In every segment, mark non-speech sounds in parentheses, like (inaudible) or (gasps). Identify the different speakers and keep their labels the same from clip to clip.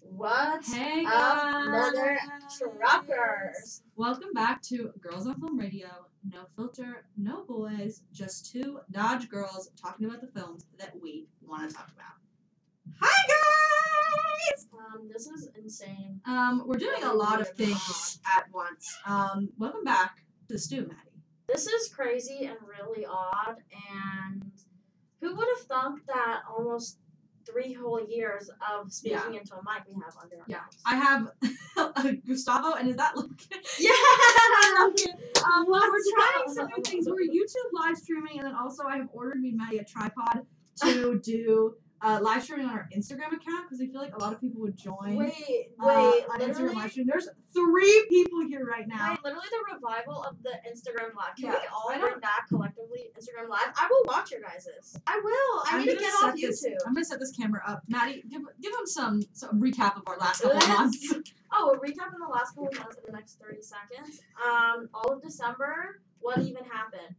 Speaker 1: What's
Speaker 2: Hey
Speaker 1: up,
Speaker 2: guys!
Speaker 1: mother truckers?
Speaker 2: Welcome back to Girls on Film Radio. No filter, no boys, just two Dodge girls talking about the films that we want to talk about. Hi guys!
Speaker 1: Um, this is insane.
Speaker 2: Um, we're doing a lot of things at once. Um, welcome back to the stew, Maddie.
Speaker 1: This is crazy and really odd. And who would have thunk that almost three whole years of speaking
Speaker 2: Yeah.
Speaker 1: into a mic we have under our
Speaker 2: Yeah.
Speaker 1: belts?
Speaker 2: I have (laughs) Gustavo, and is that Luke?
Speaker 1: (laughs) Yeah.
Speaker 2: Um, well, we're
Speaker 1: What's
Speaker 2: trying
Speaker 1: up?
Speaker 2: some new things. We're YouTube live streaming, and then also I have ordered me and Maddie a tripod to do uh, live streaming on our Instagram account because I feel like a lot of people would join.
Speaker 1: Wait, wait,
Speaker 2: uh, on
Speaker 1: literally.
Speaker 2: Instagram live stream. There's three people here right now.
Speaker 1: Wait, literally the revival of the Instagram Live. Can we
Speaker 2: Yeah,
Speaker 1: all
Speaker 2: I
Speaker 1: bring back collectively Instagram Live? I will watch your guys'. I will. I
Speaker 2: I'm
Speaker 1: need to
Speaker 2: gonna
Speaker 1: get
Speaker 2: set
Speaker 1: off
Speaker 2: this-
Speaker 1: YouTube.
Speaker 2: I'm gonna set this camera up, Maddie. Give give them some, some recap of our last couple of
Speaker 1: Let's-
Speaker 2: months. (laughs)
Speaker 1: Oh, a recap in the last couple of months in the next 30 seconds. Um, all of December, what even happened?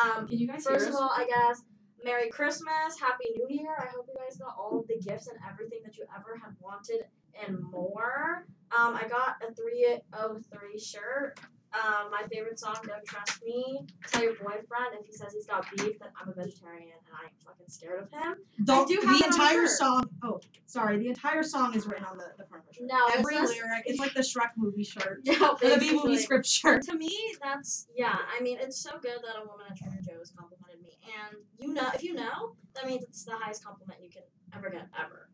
Speaker 1: Um,
Speaker 2: Can you guys
Speaker 1: first
Speaker 2: hear
Speaker 1: of
Speaker 2: us?
Speaker 1: all, I guess, Merry Christmas, Happy New Year. I hope you guys got all of the gifts and everything that you ever have wanted and more. Um, I got a 303 shirt. Um, my favorite song, Don't Trust Me. Tell your boyfriend if he says he's got beef that I'm a vegetarian and I'm fucking scared of him. (laughs)
Speaker 2: Don't-
Speaker 1: do have it
Speaker 2: the
Speaker 1: on
Speaker 2: entire
Speaker 1: shirt.
Speaker 2: song. Oh, sorry. The entire song is written on the, the front of our shirt.
Speaker 1: No, it's
Speaker 2: every
Speaker 1: just-
Speaker 2: lyric. It's like the Shrek movie shirt
Speaker 1: Yeah,
Speaker 2: or the B
Speaker 1: basically.
Speaker 2: movie script shirt.
Speaker 1: (laughs) To me, that's yeah. I mean, it's so good that a woman at Trader Joe's complimented me, and you know, if you know, that means it's the highest compliment you can ever get ever.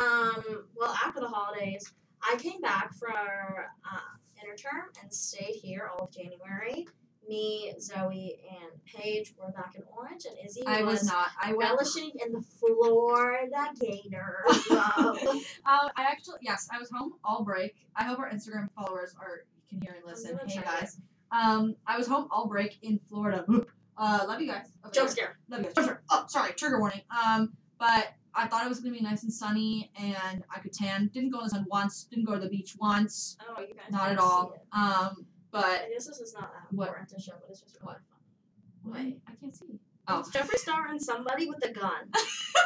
Speaker 1: Um, well, after the holidays, I came back for uh, interterm and stayed here all of January. Me, Zoe, and Paige were back in Orange, and Izzy
Speaker 2: I was not. I went
Speaker 1: relishing in the Florida
Speaker 2: (laughs)
Speaker 1: Gator love.
Speaker 2: Um, I actually yes, I was home all break. I hope our Instagram followers are can hear and listen.
Speaker 1: I'm gonna
Speaker 2: Hey
Speaker 1: try
Speaker 2: guys, um, I was home all break in Florida. (laughs) Uh, love you guys. Okay.
Speaker 1: Jump scare.
Speaker 2: Love you guys. Jump scare. Oh, sorry, trigger warning. Um, but I thought it was gonna be nice and sunny and I could tan. Didn't go in the sun once. Didn't go to the beach once.
Speaker 1: Oh, you guys
Speaker 2: Not
Speaker 1: can't
Speaker 2: at
Speaker 1: see
Speaker 2: all.
Speaker 1: it.
Speaker 2: Um, but
Speaker 1: I guess this is not that
Speaker 2: What?
Speaker 1: important to show, but it's just really fun.
Speaker 2: wait, I can't see.
Speaker 1: It's Jeffree Star and somebody with a (laughs) gun.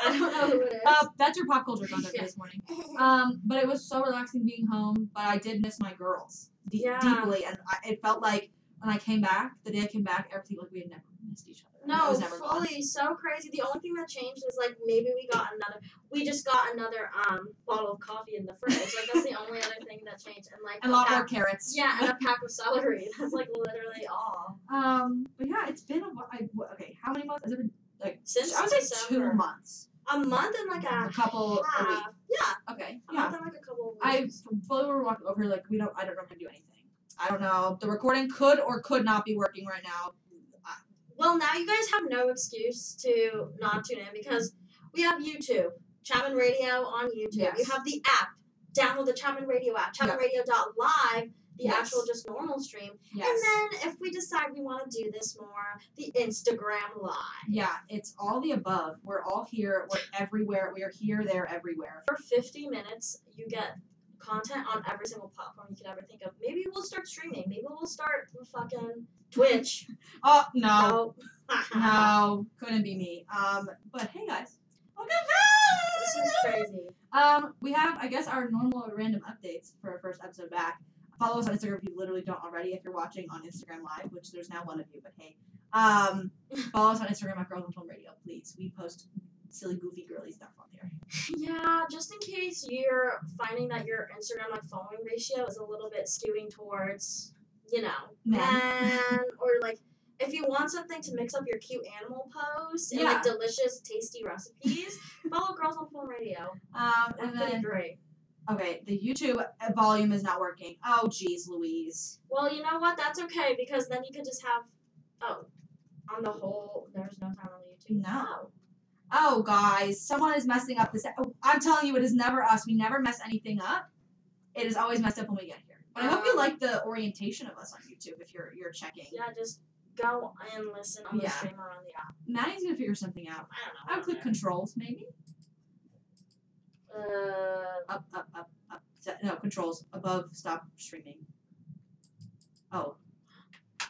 Speaker 1: I don't know who it is.
Speaker 2: Uh, that's your pop culture (laughs) content for
Speaker 1: Yeah.
Speaker 2: this morning. Um, but it was so relaxing being home. But I did miss my girls de-
Speaker 1: Yeah.
Speaker 2: deeply, and I, it felt like when I came back, the day I came back, everything like we had never missed each other. and that
Speaker 1: no,
Speaker 2: was never gone.
Speaker 1: fully so crazy. The only thing that changed is like maybe we got another. We just got another um bottle of coffee in the fridge. Like that's the only other thing that changed. And like
Speaker 2: A lot
Speaker 1: pack,
Speaker 2: more carrots.
Speaker 1: Yeah, and a pack of celery. (laughs) That's like literally all.
Speaker 2: Um, but yeah, it's been a while. I, wh- okay, how many months? Has it been? Like
Speaker 1: Since
Speaker 2: I would say
Speaker 1: December.
Speaker 2: two months.
Speaker 1: A month and like a,
Speaker 2: A couple a
Speaker 1: half.
Speaker 2: week.
Speaker 1: Yeah,
Speaker 2: Okay.
Speaker 1: a
Speaker 2: Yeah.
Speaker 1: month and like a couple of
Speaker 2: I
Speaker 1: weeks.
Speaker 2: fully were walking over like we don't. I don't know how to do anything. I don't know. The recording could or could not be working right now. Uh,
Speaker 1: Well, now you guys have no excuse to not tune in because we have YouTube, Chapman Radio on YouTube. You
Speaker 2: Yes.
Speaker 1: have the app. Download the Chapman Radio app, chapmanradio.live, the
Speaker 2: Yes.
Speaker 1: actual just normal stream.
Speaker 2: Yes.
Speaker 1: And then if we decide we want to do this more, the Instagram Live.
Speaker 2: Yeah, it's all the above. We're all here. We're everywhere. We are here, there, everywhere.
Speaker 1: For 50 minutes, you get content on every single platform you could ever think of. Maybe we'll start streaming. Maybe we'll start with fucking Twitch.
Speaker 2: Oh no,
Speaker 1: No. (laughs)
Speaker 2: no, couldn't be me. Um, but hey guys, welcome
Speaker 1: This
Speaker 2: back.
Speaker 1: is crazy.
Speaker 2: Um, we have I guess our normal random updates for our first episode back. Follow us on Instagram if you literally don't already. If you're watching on Instagram Live, which there's now one of you, but hey, um, follow us on Instagram at Girls on Film Radio, please. We post silly, goofy, girly stuff on there.
Speaker 1: Yeah, just in case you're finding that your Instagram like following ratio is a little bit skewing towards, you know,
Speaker 2: Men.
Speaker 1: men or like if you want something to mix up your cute animal posts and like
Speaker 2: Yeah.
Speaker 1: delicious, tasty recipes,
Speaker 2: (laughs)
Speaker 1: follow Girls on Film Radio.
Speaker 2: Um,
Speaker 1: That's
Speaker 2: and
Speaker 1: pretty
Speaker 2: then
Speaker 1: great.
Speaker 2: okay, the YouTube volume is not working. Oh, geez, Louise.
Speaker 1: Well, you know what? That's okay because then you could just have oh, on the whole, there's no time on the YouTube.
Speaker 2: No. Oh, guys, someone is messing up this. oh, I'm telling you, it is never us. We never mess anything up. It is always messed up when we get here. But I hope you
Speaker 1: Um,
Speaker 2: like the orientation of us on YouTube if you're you're checking.
Speaker 1: Yeah, just go and listen on the
Speaker 2: Yeah.
Speaker 1: stream or on the app.
Speaker 2: Maddie's gonna figure something out.
Speaker 1: I
Speaker 2: I
Speaker 1: don't
Speaker 2: would
Speaker 1: know.
Speaker 2: click controls maybe.
Speaker 1: Uh,
Speaker 2: Up, up, up, up. Set- No controls above. Stop streaming. Oh,
Speaker 1: Uh,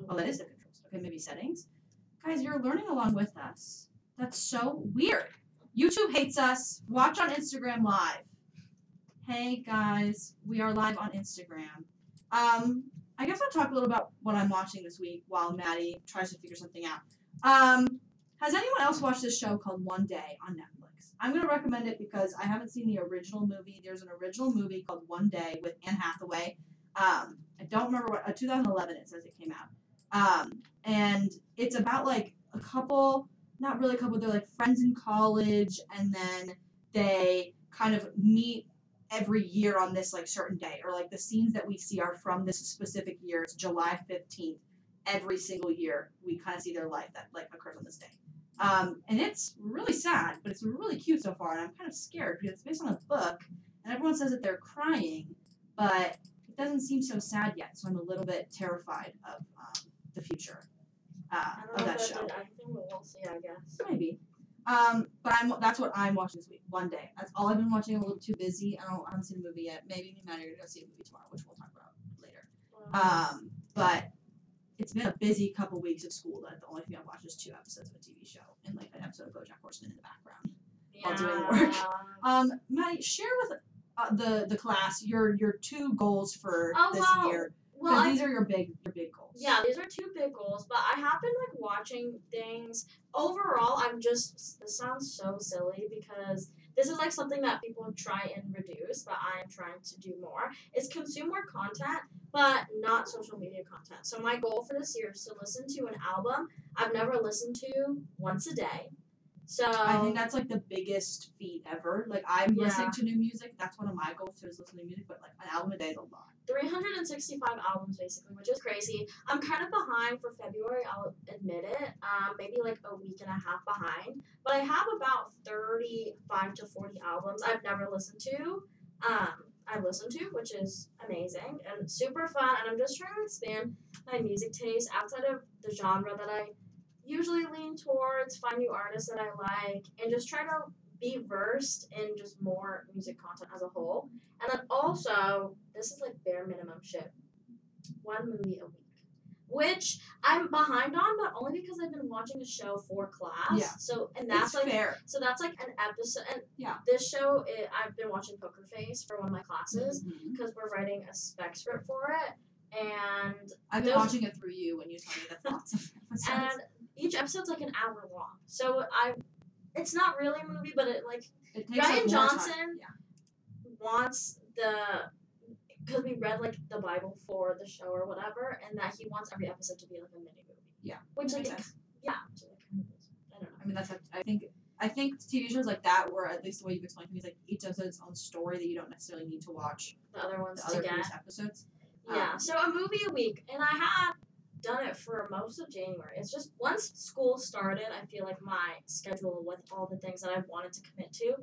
Speaker 2: well that is the controls. Okay, maybe settings. Guys, you're learning along with us. That's so weird. YouTube hates us. Watch on Instagram Live. hey guys, we are live on Instagram. Um, I guess I'll talk a little about what I'm watching this week while Maddie tries to figure something out. Um, has anyone else watched this show called One Day on Netflix? I'm going to recommend it because I haven't seen the original movie. There's an original movie called One Day with Anne Hathaway. Um, I don't remember what, uh, 2011 it says it came out. Um, and it's about like a couple, not really a couple, they're like friends in college and then they kind of meet every year on this like certain day or like the scenes that we see are from this specific year. It's July 15th. Every single year we kind of see their life that like occurs on this day. Um, and it's really sad, but it's really cute so far, and I'm kind of scared because it's based on a book, and everyone says that they're crying, but it doesn't seem so sad yet, so I'm a little bit terrified of um, the future uh,
Speaker 1: I don't
Speaker 2: of
Speaker 1: know
Speaker 2: that
Speaker 1: if I
Speaker 2: show.
Speaker 1: did anything, but we'll see, I guess.
Speaker 2: Maybe. Um, but I'm that's what I'm watching this week. One day. That's all I've been watching. I'm a little too busy. I don't I haven't seen a movie yet. Maybe me and Maddie are gonna go see a movie tomorrow, which we'll talk about later. Um, but it's been a busy couple weeks of school that the only thing I've watched is two episodes of a TV show and like an episode of BoJack Horseman in the background. while doing work. (laughs)
Speaker 1: Yeah.
Speaker 2: Um, Maddie, share with uh, the the class your your two goals for
Speaker 1: Oh,
Speaker 2: this
Speaker 1: wow.
Speaker 2: year because
Speaker 1: Well, I
Speaker 2: these are your big your big goals.
Speaker 1: Yeah, these are two big goals, but I have been like watching things. Overall, I'm just this sounds so silly because this is like something that people try and reduce, but I am trying to do more. Is consume more content, but not social media content. So my goal for this year is to listen to an album I've never listened to once a day. So
Speaker 2: I think that's like the biggest feat ever. Like I'm
Speaker 1: Um, Yeah.
Speaker 2: listening to new music. That's one of my goals too is listening to music, but like an album a day is a lot.
Speaker 1: 365 albums basically, which is crazy. I'm kind of behind for February, I'll admit it. Um, maybe like a week and a half behind. But I have about 35 to 40 albums I've never listened to. Um, I listen to, which is amazing and super fun. And I'm just trying to expand my music taste outside of the genre that I usually lean towards, find new artists that I like, and just try to be versed in just more music content as a whole. And then also, this is like bare minimum shit. One movie a week. Which I'm behind on, but only because I've been watching a show for class.
Speaker 2: Yeah.
Speaker 1: So and that's
Speaker 2: It's
Speaker 1: like
Speaker 2: fair.
Speaker 1: so that's like an episode. And
Speaker 2: Yeah.
Speaker 1: this show, it, I've been watching Poker Face for one of my classes
Speaker 2: Mm-hmm.
Speaker 1: because we're writing a spec script for it, and
Speaker 2: I've been
Speaker 1: Those-
Speaker 2: watching it through you when you tell me the thoughts of (laughs) episodes.
Speaker 1: and each episode's like an hour long. So I, it's not really a movie, but it like
Speaker 2: It takes
Speaker 1: Ryan
Speaker 2: up more time.
Speaker 1: Johnson- wants the because we read like the Bible for the show or whatever, and that he wants every episode to be like a mini movie.
Speaker 2: Yeah,
Speaker 1: Which
Speaker 2: that
Speaker 1: like
Speaker 2: makes
Speaker 1: it-
Speaker 2: sense.
Speaker 1: yeah, which, like, kind of is- I don't know.
Speaker 2: I mean, that's a- I think I think TV shows like that, or at least the way you've explained to me, is like each episode has its own story that you don't necessarily need to watch
Speaker 1: The other ones
Speaker 2: the other
Speaker 1: to get.
Speaker 2: previous episodes.
Speaker 1: Yeah,
Speaker 2: Um,
Speaker 1: so a movie a week, and I had done it for most of January. It's just once school started, I feel like my schedule with all the things that I wanted to commit to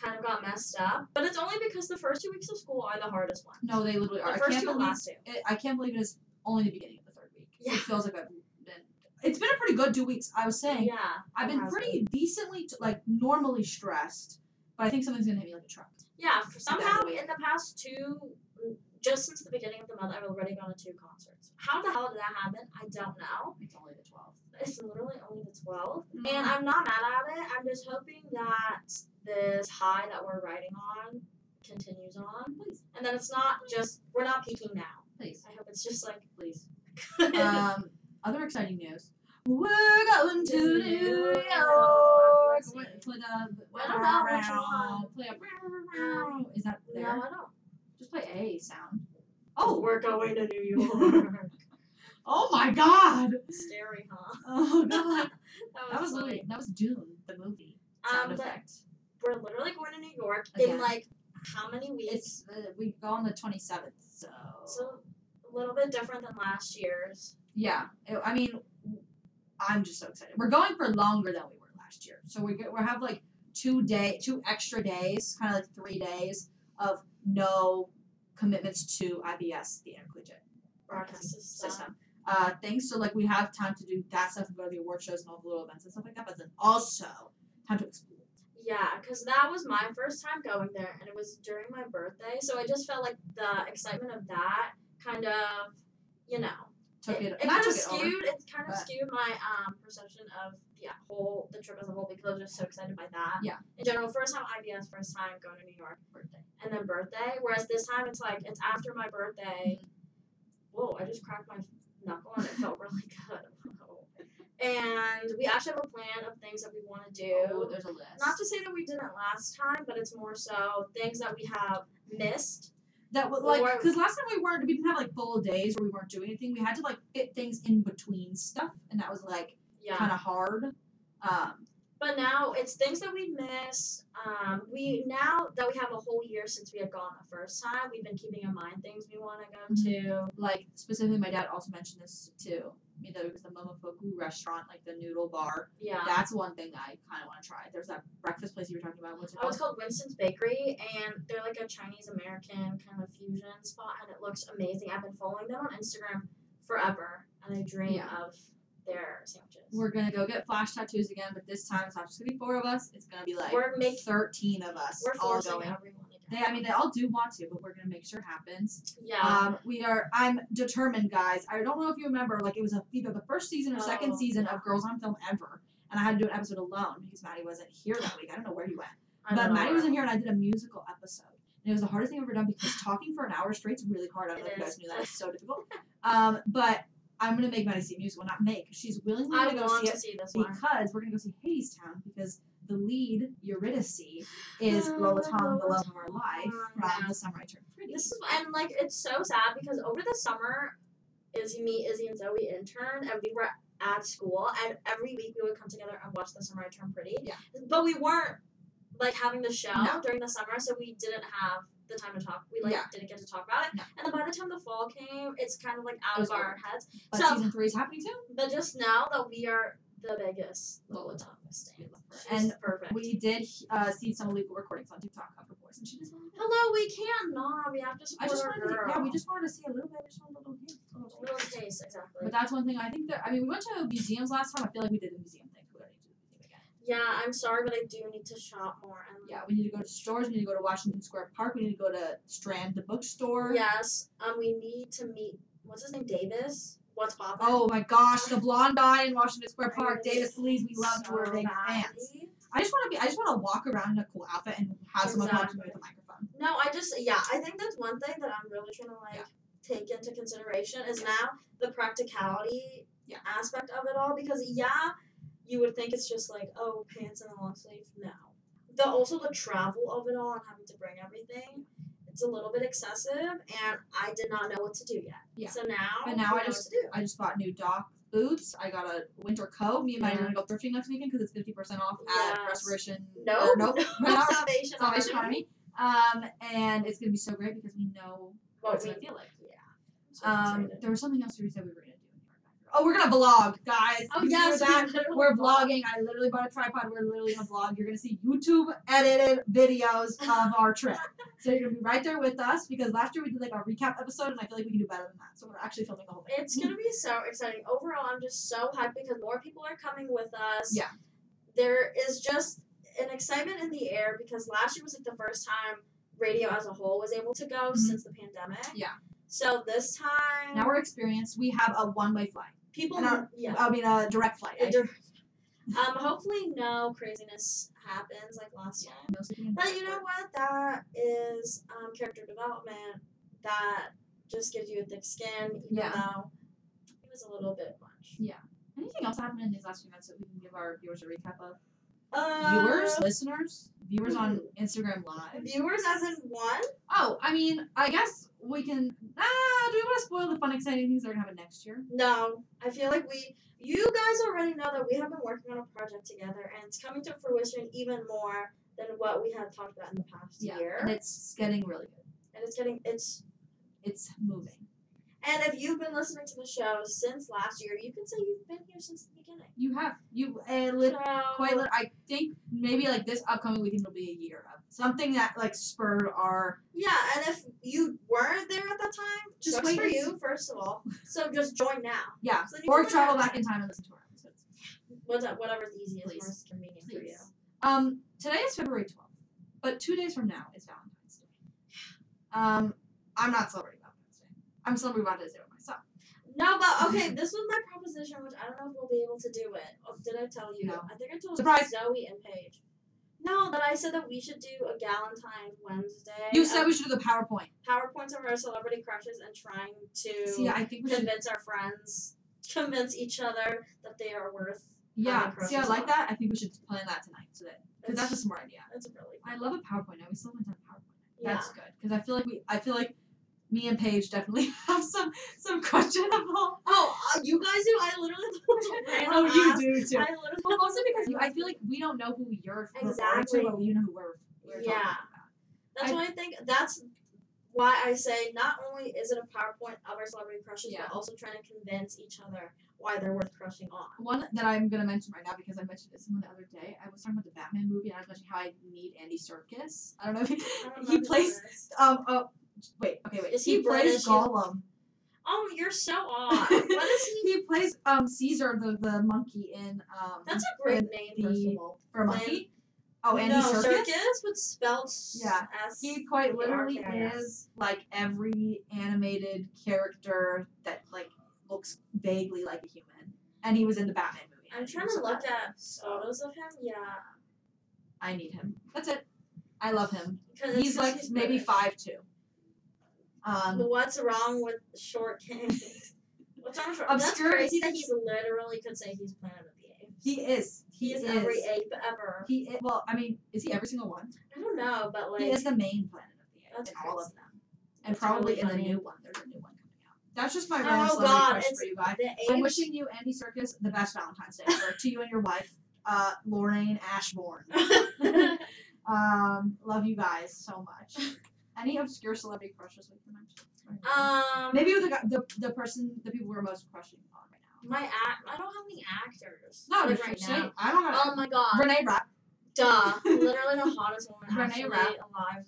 Speaker 1: kind of got messed up. But it's only because the first two weeks of school are the hardest ones.
Speaker 2: No, they literally
Speaker 1: The
Speaker 2: are. I
Speaker 1: first
Speaker 2: can't
Speaker 1: two and
Speaker 2: believe
Speaker 1: last two.
Speaker 2: it, I can't believe it is only the beginning of the third week.
Speaker 1: Yeah.
Speaker 2: It feels like I've been. It's been a pretty good two weeks. I was saying.
Speaker 1: Yeah.
Speaker 2: I've
Speaker 1: it
Speaker 2: been
Speaker 1: has
Speaker 2: pretty decently, t- like normally stressed, but I think something's gonna hit me like a truck.
Speaker 1: Yeah, for somehow
Speaker 2: way.
Speaker 1: in the past two, just since the beginning of the month, I've already gone to two concerts. How the hell did that happen? I don't know.
Speaker 2: It's only the 12th.
Speaker 1: It's literally only the 12th.
Speaker 2: Mm-hmm.
Speaker 1: And I'm not mad at it. I'm just hoping that this high that we're riding on continues on.
Speaker 2: please,
Speaker 1: And that it's not just, we're not peaking now. (laughs)
Speaker 2: please,
Speaker 1: I hope it's just like.
Speaker 2: (laughs) please. um, other exciting news. We're going to
Speaker 1: To
Speaker 2: New uh,
Speaker 1: New
Speaker 2: York.
Speaker 1: York.
Speaker 2: Wait, Play the.
Speaker 1: I don't know which one.
Speaker 2: uh, Play a. Is that
Speaker 1: no,
Speaker 2: there?
Speaker 1: I don't.
Speaker 2: Just play a sound.
Speaker 1: Oh,
Speaker 2: Oh.
Speaker 1: we're going to New
Speaker 2: (laughs)
Speaker 1: York.
Speaker 2: Oh my God. (laughs)
Speaker 1: Scary, huh?
Speaker 2: Oh
Speaker 1: (laughs)
Speaker 2: God. that was
Speaker 1: funny.
Speaker 2: literally that was Dune the movie. Sound
Speaker 1: Um, but
Speaker 2: effect.
Speaker 1: we're literally going to New York
Speaker 2: Again.
Speaker 1: in like how many weeks?
Speaker 2: It's uh, we go on the 27th, so.
Speaker 1: So a little bit different than last year's.
Speaker 2: Yeah, it- I mean, I'm just so excited. We're going for longer than we were last year, so we get, we have like two day, two extra days, kind of like three days of no commitments to IBS, the intercollegiate
Speaker 1: Broadcast system.
Speaker 2: system. Uh, things so like we have time to do that stuff and go to the award shows and all the little events and stuff like that, but then also time to explore.
Speaker 1: Yeah, because that was my first time going there, and it was during my birthday, so I just felt like the excitement of that kind of, you know,
Speaker 2: Took
Speaker 1: it,
Speaker 2: it,
Speaker 1: it
Speaker 2: not
Speaker 1: kind of
Speaker 2: took it over.
Speaker 1: skewed. It kind of
Speaker 2: but-
Speaker 1: skewed my um perception of the the whole the trip as a whole because I was just so excited by that.
Speaker 2: Yeah.
Speaker 1: In general, first time IBS, first time going to New York, birthday, and then birthday. Whereas this time it's like it's after my birthday. Whoa! I just cracked my knuckle and it felt really (laughs) good. Whoa. And we actually have a plan of things that we want to do.
Speaker 2: Oh, there's a list.
Speaker 1: Not to say that we didn't last time, but it's more so things that we have missed.
Speaker 2: that was like
Speaker 1: Or-
Speaker 2: because last time we weren't we didn't have like full days where we weren't doing anything. We had to like fit things in between stuff, and that was like
Speaker 1: Yeah.
Speaker 2: kind of hard. Um,
Speaker 1: But now it's things that we miss. Um, we now that we have a whole year since we had gone the first time, we've been keeping in mind things we want to go
Speaker 2: Mm-hmm.
Speaker 1: to.
Speaker 2: like specifically, my dad also mentioned this too. You know, because the Momofuku restaurant, like the noodle bar,
Speaker 1: Yeah.
Speaker 2: that's one thing that I kind of want to try. There's that breakfast place you were talking about. What's it
Speaker 1: Oh,
Speaker 2: called?
Speaker 1: it's called Winston's Bakery, and they're like a Chinese American kind of fusion spot, and it looks amazing. I've been following them on Instagram forever, and I dream
Speaker 2: Yeah.
Speaker 1: of their sandwiches.
Speaker 2: We're gonna go get flash tattoos again, but this time it's not just gonna be four of us. It's gonna be like
Speaker 1: We're make-
Speaker 2: thirteen of us
Speaker 1: We're
Speaker 2: all
Speaker 1: forcing
Speaker 2: going.
Speaker 1: everyone again.
Speaker 2: They, I mean, they all do want to, but we're gonna make sure it happens.
Speaker 1: yeah.
Speaker 2: Um, we are. I'm determined, guys. I don't know if you remember, like it was a, either the first season or second
Speaker 1: Oh,
Speaker 2: season
Speaker 1: yeah.
Speaker 2: of Girls on Film ever, and I had to do an episode alone because Maddie wasn't here that week. I don't know where you went,
Speaker 1: I
Speaker 2: but
Speaker 1: don't know
Speaker 2: Maddie
Speaker 1: where
Speaker 2: wasn't
Speaker 1: I'm
Speaker 2: here, and I did a musical episode, and it was the hardest thing I've ever done because talking for an hour straight is really hard. I
Speaker 1: It
Speaker 2: don't know if you
Speaker 1: is.
Speaker 2: guys knew that. It's so difficult. Um, but I'm gonna make Maddie see a musical, not make. She's willingly
Speaker 1: I
Speaker 2: gonna go
Speaker 1: want
Speaker 2: see
Speaker 1: to
Speaker 2: it
Speaker 1: see this one.
Speaker 2: because we're gonna go see Hades Town because the lead Eurydice is Lola Tom, the love of our life from
Speaker 1: Yeah.
Speaker 2: The Summer I Turned Pretty.
Speaker 1: This is and like it's so sad because over the summer, Izzy, me, Izzy, and Zoe interned, and we were at school, and every week we would come together and watch The Summer I Turned Pretty.
Speaker 2: Yeah.
Speaker 1: But we weren't like having the show
Speaker 2: No.
Speaker 1: during the summer, so we didn't have the time to talk. We like
Speaker 2: Yeah.
Speaker 1: didn't get to talk about it.
Speaker 2: No.
Speaker 1: And then by the time the fall came, it's kind of like out
Speaker 2: It was
Speaker 1: of our heads.
Speaker 2: But
Speaker 1: So-
Speaker 2: season three is happening soon.
Speaker 1: But just know that we are the biggest Lola Thomas fans. She's
Speaker 2: And
Speaker 1: perfect.
Speaker 2: We did uh, see some illegal recordings on TikTok of her voice, and she just wanted. To,
Speaker 1: Hello, we can't not. We have to
Speaker 2: I
Speaker 1: support
Speaker 2: just
Speaker 1: our
Speaker 2: wanted. To,
Speaker 1: girl.
Speaker 2: yeah, we just wanted to see a little bit. I just wanted a little hint. a little
Speaker 1: Little
Speaker 2: hint.
Speaker 1: taste, exactly.
Speaker 2: But that's one thing I think that I mean we went to museums last time. I feel like we did a museum thing. We don't need to do the museum again.
Speaker 1: Yeah, I'm sorry, but I do need to shop more. And
Speaker 2: Yeah, we need to go to stores. We need to go to Washington Square Park. We need to go to Strand, the bookstore.
Speaker 1: Yes. Um, we need to meet. What's his name? Davis. What's Bob?
Speaker 2: Oh my gosh, the blonde guy in Washington Square
Speaker 1: I
Speaker 2: Park,
Speaker 1: really-
Speaker 2: Davis Lees. We loved.
Speaker 1: so
Speaker 2: we're big
Speaker 1: badly.
Speaker 2: fans. I just want to be. I just want to walk around in a cool outfit and have someone talk to me with a microphone.
Speaker 1: No, I just yeah. I think that's one thing that I'm really trying to like take into consideration is now the practicality
Speaker 2: Yeah.
Speaker 1: aspect of it all because yeah, you would think it's just like oh pants and a long sleeve. No, the also the travel of it all and having to bring everything. It's a little bit excessive, and I did not know what to do yet.
Speaker 2: Yeah.
Speaker 1: So now,
Speaker 2: But now
Speaker 1: we
Speaker 2: I
Speaker 1: know
Speaker 2: just
Speaker 1: what to
Speaker 2: (laughs)
Speaker 1: do.
Speaker 2: I just bought new dock boots. I got a winter coat. Me and Maddie
Speaker 1: Yeah.
Speaker 2: are gonna go thrifting next weekend because it's fifty percent off at
Speaker 1: Yes.
Speaker 2: Restoration.
Speaker 1: No, (laughs)
Speaker 2: or nope, not Restoration-
Speaker 1: Salvation,
Speaker 2: Salvation
Speaker 1: Army.
Speaker 2: Army. Um, and it's gonna be so great because we know
Speaker 1: What
Speaker 2: what Oh, it's
Speaker 1: we
Speaker 2: gonna feel like.
Speaker 1: So
Speaker 2: Um,
Speaker 1: excited.
Speaker 2: there was something else we said we were gonna do. in New York after. Oh, we're gonna vlog, guys.
Speaker 1: Oh
Speaker 2: Did you hear
Speaker 1: yes,
Speaker 2: (laughs) that?
Speaker 1: we literally
Speaker 2: We're
Speaker 1: vlog.
Speaker 2: vlogging. I literally bought a tripod. We're literally gonna vlog. You're gonna see YouTube edited videos of our trip. So you're gonna be right there with us because last year we did like our recap episode, and I feel like we can do better than that. So we're actually filming the whole thing.
Speaker 1: It's gonna be so exciting. Overall, I'm just so hyped because more people are coming with us.
Speaker 2: Yeah.
Speaker 1: There is just an excitement in the air because last year was like the first time radio as a whole was able to go
Speaker 2: Mhm.
Speaker 1: since the pandemic.
Speaker 2: Yeah.
Speaker 1: So this time
Speaker 2: Now we're experienced. We have a one-way flight.
Speaker 1: people
Speaker 2: and our-
Speaker 1: yeah.
Speaker 2: I mean, a direct flight. I-
Speaker 1: It- um hopefully no craziness happens like last time.
Speaker 2: No sleeping in
Speaker 1: But
Speaker 2: the
Speaker 1: you know
Speaker 2: airport.
Speaker 1: what? That is um, character development. That just gives you a thick skin, even
Speaker 2: Yeah.
Speaker 1: though it was a little bit much.
Speaker 2: Anything else happened in these last few months that we can give our viewers a recap of?
Speaker 1: Uh, hmm.
Speaker 2: viewers, listeners, viewers on Instagram Live.
Speaker 1: viewers, as in one.
Speaker 2: Oh, I mean, I guess we can. Ah, do we want to spoil the fun, exciting things that are gonna happen next year?
Speaker 1: No, I feel like we. You guys already know that we have been working on a project together, and it's coming to fruition even more than what we had talked about in the past year.
Speaker 2: and it's getting really good.
Speaker 1: and it's getting it's.
Speaker 2: It's moving.
Speaker 1: And if you've been listening to the show since last year, you can say you've been here since the beginning.
Speaker 2: You have you uh, lit,
Speaker 1: So-
Speaker 2: quite. Lit, I think maybe like this upcoming weekend will be a year of something that like spurred our.
Speaker 1: Yeah, and if you weren't there at that time,
Speaker 2: Just
Speaker 1: just
Speaker 2: wait
Speaker 1: for
Speaker 2: and
Speaker 1: you, first of all. So just join now.
Speaker 2: Yeah,
Speaker 1: So that you
Speaker 2: or
Speaker 1: can
Speaker 2: travel
Speaker 1: watch
Speaker 2: back in time and listen to our episodes.
Speaker 1: what's up- whatever's easiest,
Speaker 2: Please.
Speaker 1: most convenient for you.
Speaker 2: Please. Um, today is February 12th, but two days from now is Valentine's Day. Um, I'm not celebrating Valentine's Day. I'm celebrating Valentine's Day with myself.
Speaker 1: No,
Speaker 2: (laughs)
Speaker 1: but okay, this was my proposition, which I don't know if we'll be able to do it. Oh, did I tell you?
Speaker 2: No.
Speaker 1: I think I told
Speaker 2: Surprise.
Speaker 1: Zoe and Paige. No, that I said that we should do a Galentine's Wednesday.
Speaker 2: You said
Speaker 1: of
Speaker 2: we should do the PowerPoint.
Speaker 1: PowerPoints of our celebrity crushes and trying to
Speaker 2: See, I think we should.
Speaker 1: convince our friends, convince each other that they are worth.
Speaker 2: Yeah.
Speaker 1: Crushes
Speaker 2: See, I like
Speaker 1: on.
Speaker 2: that. I think we should plan that tonight, so that because
Speaker 1: It's,
Speaker 2: that's a smart idea.
Speaker 1: it's really
Speaker 2: I love a PowerPoint. I always still want to have a PowerPoint.
Speaker 1: Yeah.
Speaker 2: That's good because I feel like we. I feel like me and Paige definitely (laughs) have some some questionable. (laughs)
Speaker 1: Oh, uh, you guys do. I (laughs) literally.
Speaker 2: oh, you do too.
Speaker 1: I literally.
Speaker 2: Well, mostly because you, I feel like we don't know who you're referring
Speaker 1: Exactly.
Speaker 2: to, but you know who we're, we're talking
Speaker 1: Yeah.
Speaker 2: about.
Speaker 1: That's
Speaker 2: I-
Speaker 1: why I think that's why I say not only is it a PowerPoint of our celebrity crushes,
Speaker 2: Yeah.
Speaker 1: but also trying to convince each other why they're worth crushing on.
Speaker 2: One that I'm gonna mention right now because I mentioned it to someone the other day. I was talking about the Batman movie and I was mentioning how I need Andy Serkis. I don't know if he,
Speaker 1: I don't know
Speaker 2: he
Speaker 1: who
Speaker 2: plays
Speaker 1: that is.
Speaker 2: um oh wait, okay wait.
Speaker 1: Is he
Speaker 2: plays
Speaker 1: British?
Speaker 2: Gollum.
Speaker 1: Oh, you're
Speaker 2: (laughs)
Speaker 1: so odd. (laughs) what is he?
Speaker 2: he plays um Caesar the, the monkey in um
Speaker 1: That's a great name, first of
Speaker 2: the-
Speaker 1: all.
Speaker 2: for a
Speaker 1: Plan-
Speaker 2: monkey. Oh Andy
Speaker 1: no,
Speaker 2: Serkis?
Speaker 1: Circus would spell
Speaker 2: Yeah.
Speaker 1: S.
Speaker 2: He quite literally
Speaker 1: Yeah.
Speaker 2: is like every animated character that like looks vaguely like a human, and he was in the Batman movie.
Speaker 1: I'm trying to look at photos of him. Yeah,
Speaker 2: I need him. That's it. I love him.
Speaker 1: because
Speaker 2: He's like maybe five two. Um,
Speaker 1: What's wrong with short kings? (laughs) What's wrong with short? That's
Speaker 2: Obscure-
Speaker 1: crazy that he's literally could say he's Planet of the Apes.
Speaker 2: he is. He,
Speaker 1: He is
Speaker 2: is.
Speaker 1: every ape ever.
Speaker 2: He is, well, I mean, is he every single one?
Speaker 1: I don't know, but like
Speaker 2: he is the main planet of the Apes
Speaker 1: that's
Speaker 2: in all
Speaker 1: crazy.
Speaker 2: of them, and
Speaker 1: That's
Speaker 2: probably
Speaker 1: really
Speaker 2: in the
Speaker 1: funny.
Speaker 2: new one. There's a new one coming out. That's just my
Speaker 1: Oh,
Speaker 2: random celebrity
Speaker 1: God,
Speaker 2: crush
Speaker 1: it's-
Speaker 2: for you guys.
Speaker 1: The
Speaker 2: I'm
Speaker 1: apes-
Speaker 2: wishing you, Andy Circus, the best Valentine's Day ever to you and your wife, uh, Lorraine Ashbourne.
Speaker 1: (laughs)
Speaker 2: Um, love you guys so
Speaker 1: (laughs)
Speaker 2: much. Any obscure celebrity crushes we can mention?
Speaker 1: um,
Speaker 2: Maybe the, guy- the the person, the people we're most crushing on right now.
Speaker 1: my act. I don't have any actors.
Speaker 2: No,
Speaker 1: like
Speaker 2: just
Speaker 1: right
Speaker 2: say-
Speaker 1: now.
Speaker 2: I don't know. Um,
Speaker 1: Oh my god.
Speaker 2: Renee Rapp.
Speaker 1: Duh. Literally the hottest woman
Speaker 2: (laughs) Renee
Speaker 1: actually
Speaker 2: Rapp.
Speaker 1: alive.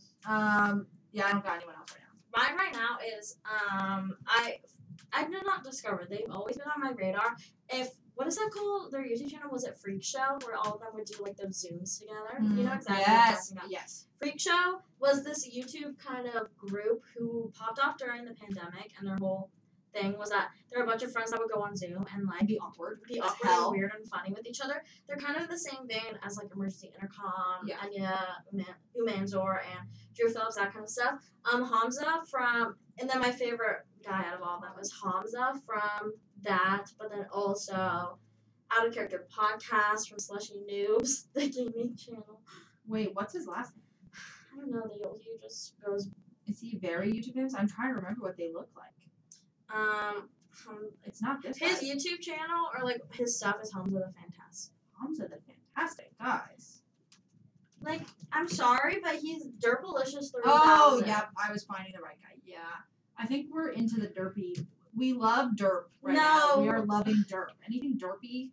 Speaker 2: Um, yeah, I don't got anyone else right now.
Speaker 1: Mine right now is um I I did not discover. They've always been on my radar. If what is that called? Their YouTube channel was it Freak Show, where all of them would do like those zooms together. You know
Speaker 2: Mm,
Speaker 1: exactly what I'm
Speaker 2: Yes.
Speaker 1: talking about.
Speaker 2: Yes.
Speaker 1: Freak Show was this YouTube kind of group who popped off during the pandemic, and their whole thing was that there were a bunch of friends that would go on Zoom and like
Speaker 2: Be awkward.
Speaker 1: be
Speaker 2: as
Speaker 1: awkward
Speaker 2: hell.
Speaker 1: and weird and funny with each other. They're kind of in the same vein as like Emergency Intercom,
Speaker 2: Yeah.
Speaker 1: Anya Uma- Umanzor, and Drew Phillips, that kind of stuff. Um, Hamza from, and then my favorite guy out of all of them was Hamza from that, but then also Out of Character podcast from Slushy Noobs, (laughs) the gaming channel.
Speaker 2: Wait, what's his last name?
Speaker 1: I don't know, the he just goes
Speaker 2: Is he very YouTube famous? I'm trying to remember what they look like.
Speaker 1: Um, Hum-
Speaker 2: It's not this.
Speaker 1: his
Speaker 2: guy.
Speaker 1: YouTube channel or like his stuff is Homes of the Fantastic.
Speaker 2: Hamza the Fantastic Guys.
Speaker 1: Like, I'm sorry, but he's Derpalicious 3000.
Speaker 2: Oh, yep. I was finding the right guy. Yeah. I think we're into the derpy. We love derp right now. We
Speaker 1: No.
Speaker 2: are loving derp.
Speaker 1: (laughs)
Speaker 2: Anything derpy,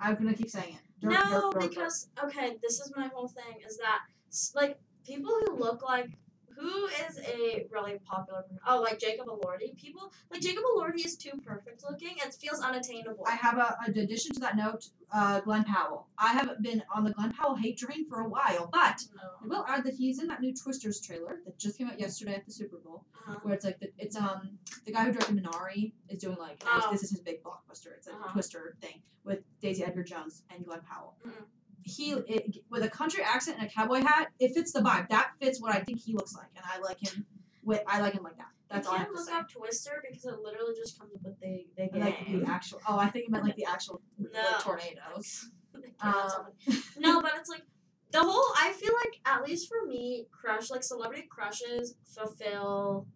Speaker 2: I'm going to keep saying it. Derp,
Speaker 1: no,
Speaker 2: derp, derp,
Speaker 1: because okay, this is my whole thing is that s- like people who look like who is a really popular oh like Jacob Elordi people like Jacob Elordi is too perfect looking it feels unattainable.
Speaker 2: derp. I have a, an addition to that note, uh, Glenn Powell. I haven't been on the Glenn Powell hate train for a while, but I
Speaker 1: No.
Speaker 2: will add that he's in that new Twisters trailer that just came out yesterday at the Super Bowl,
Speaker 1: Uh,
Speaker 2: where it's like the, it's um the guy who directed Minari is doing like
Speaker 1: Oh.
Speaker 2: this is his big blockbuster. It's a
Speaker 1: Uh-huh.
Speaker 2: Twister thing with Daisy Edgar Jones and Glenn Powell.
Speaker 1: mm-mm.
Speaker 2: he it, with a country accent and a cowboy hat, it fits the vibe. That fits what I think he looks like, and I like him. With I like him like that. That's
Speaker 1: you
Speaker 2: all I
Speaker 1: can't
Speaker 2: have to
Speaker 1: look
Speaker 2: say.
Speaker 1: up Twister because it literally just comes up with the the
Speaker 2: I like
Speaker 1: game.
Speaker 2: the actual. Oh, I think you meant like the actual
Speaker 1: No.
Speaker 2: like,
Speaker 1: (laughs)
Speaker 2: tornadoes.
Speaker 1: Um, no, but it's like the whole. I feel like at least for me, crush like celebrity crushes fulfill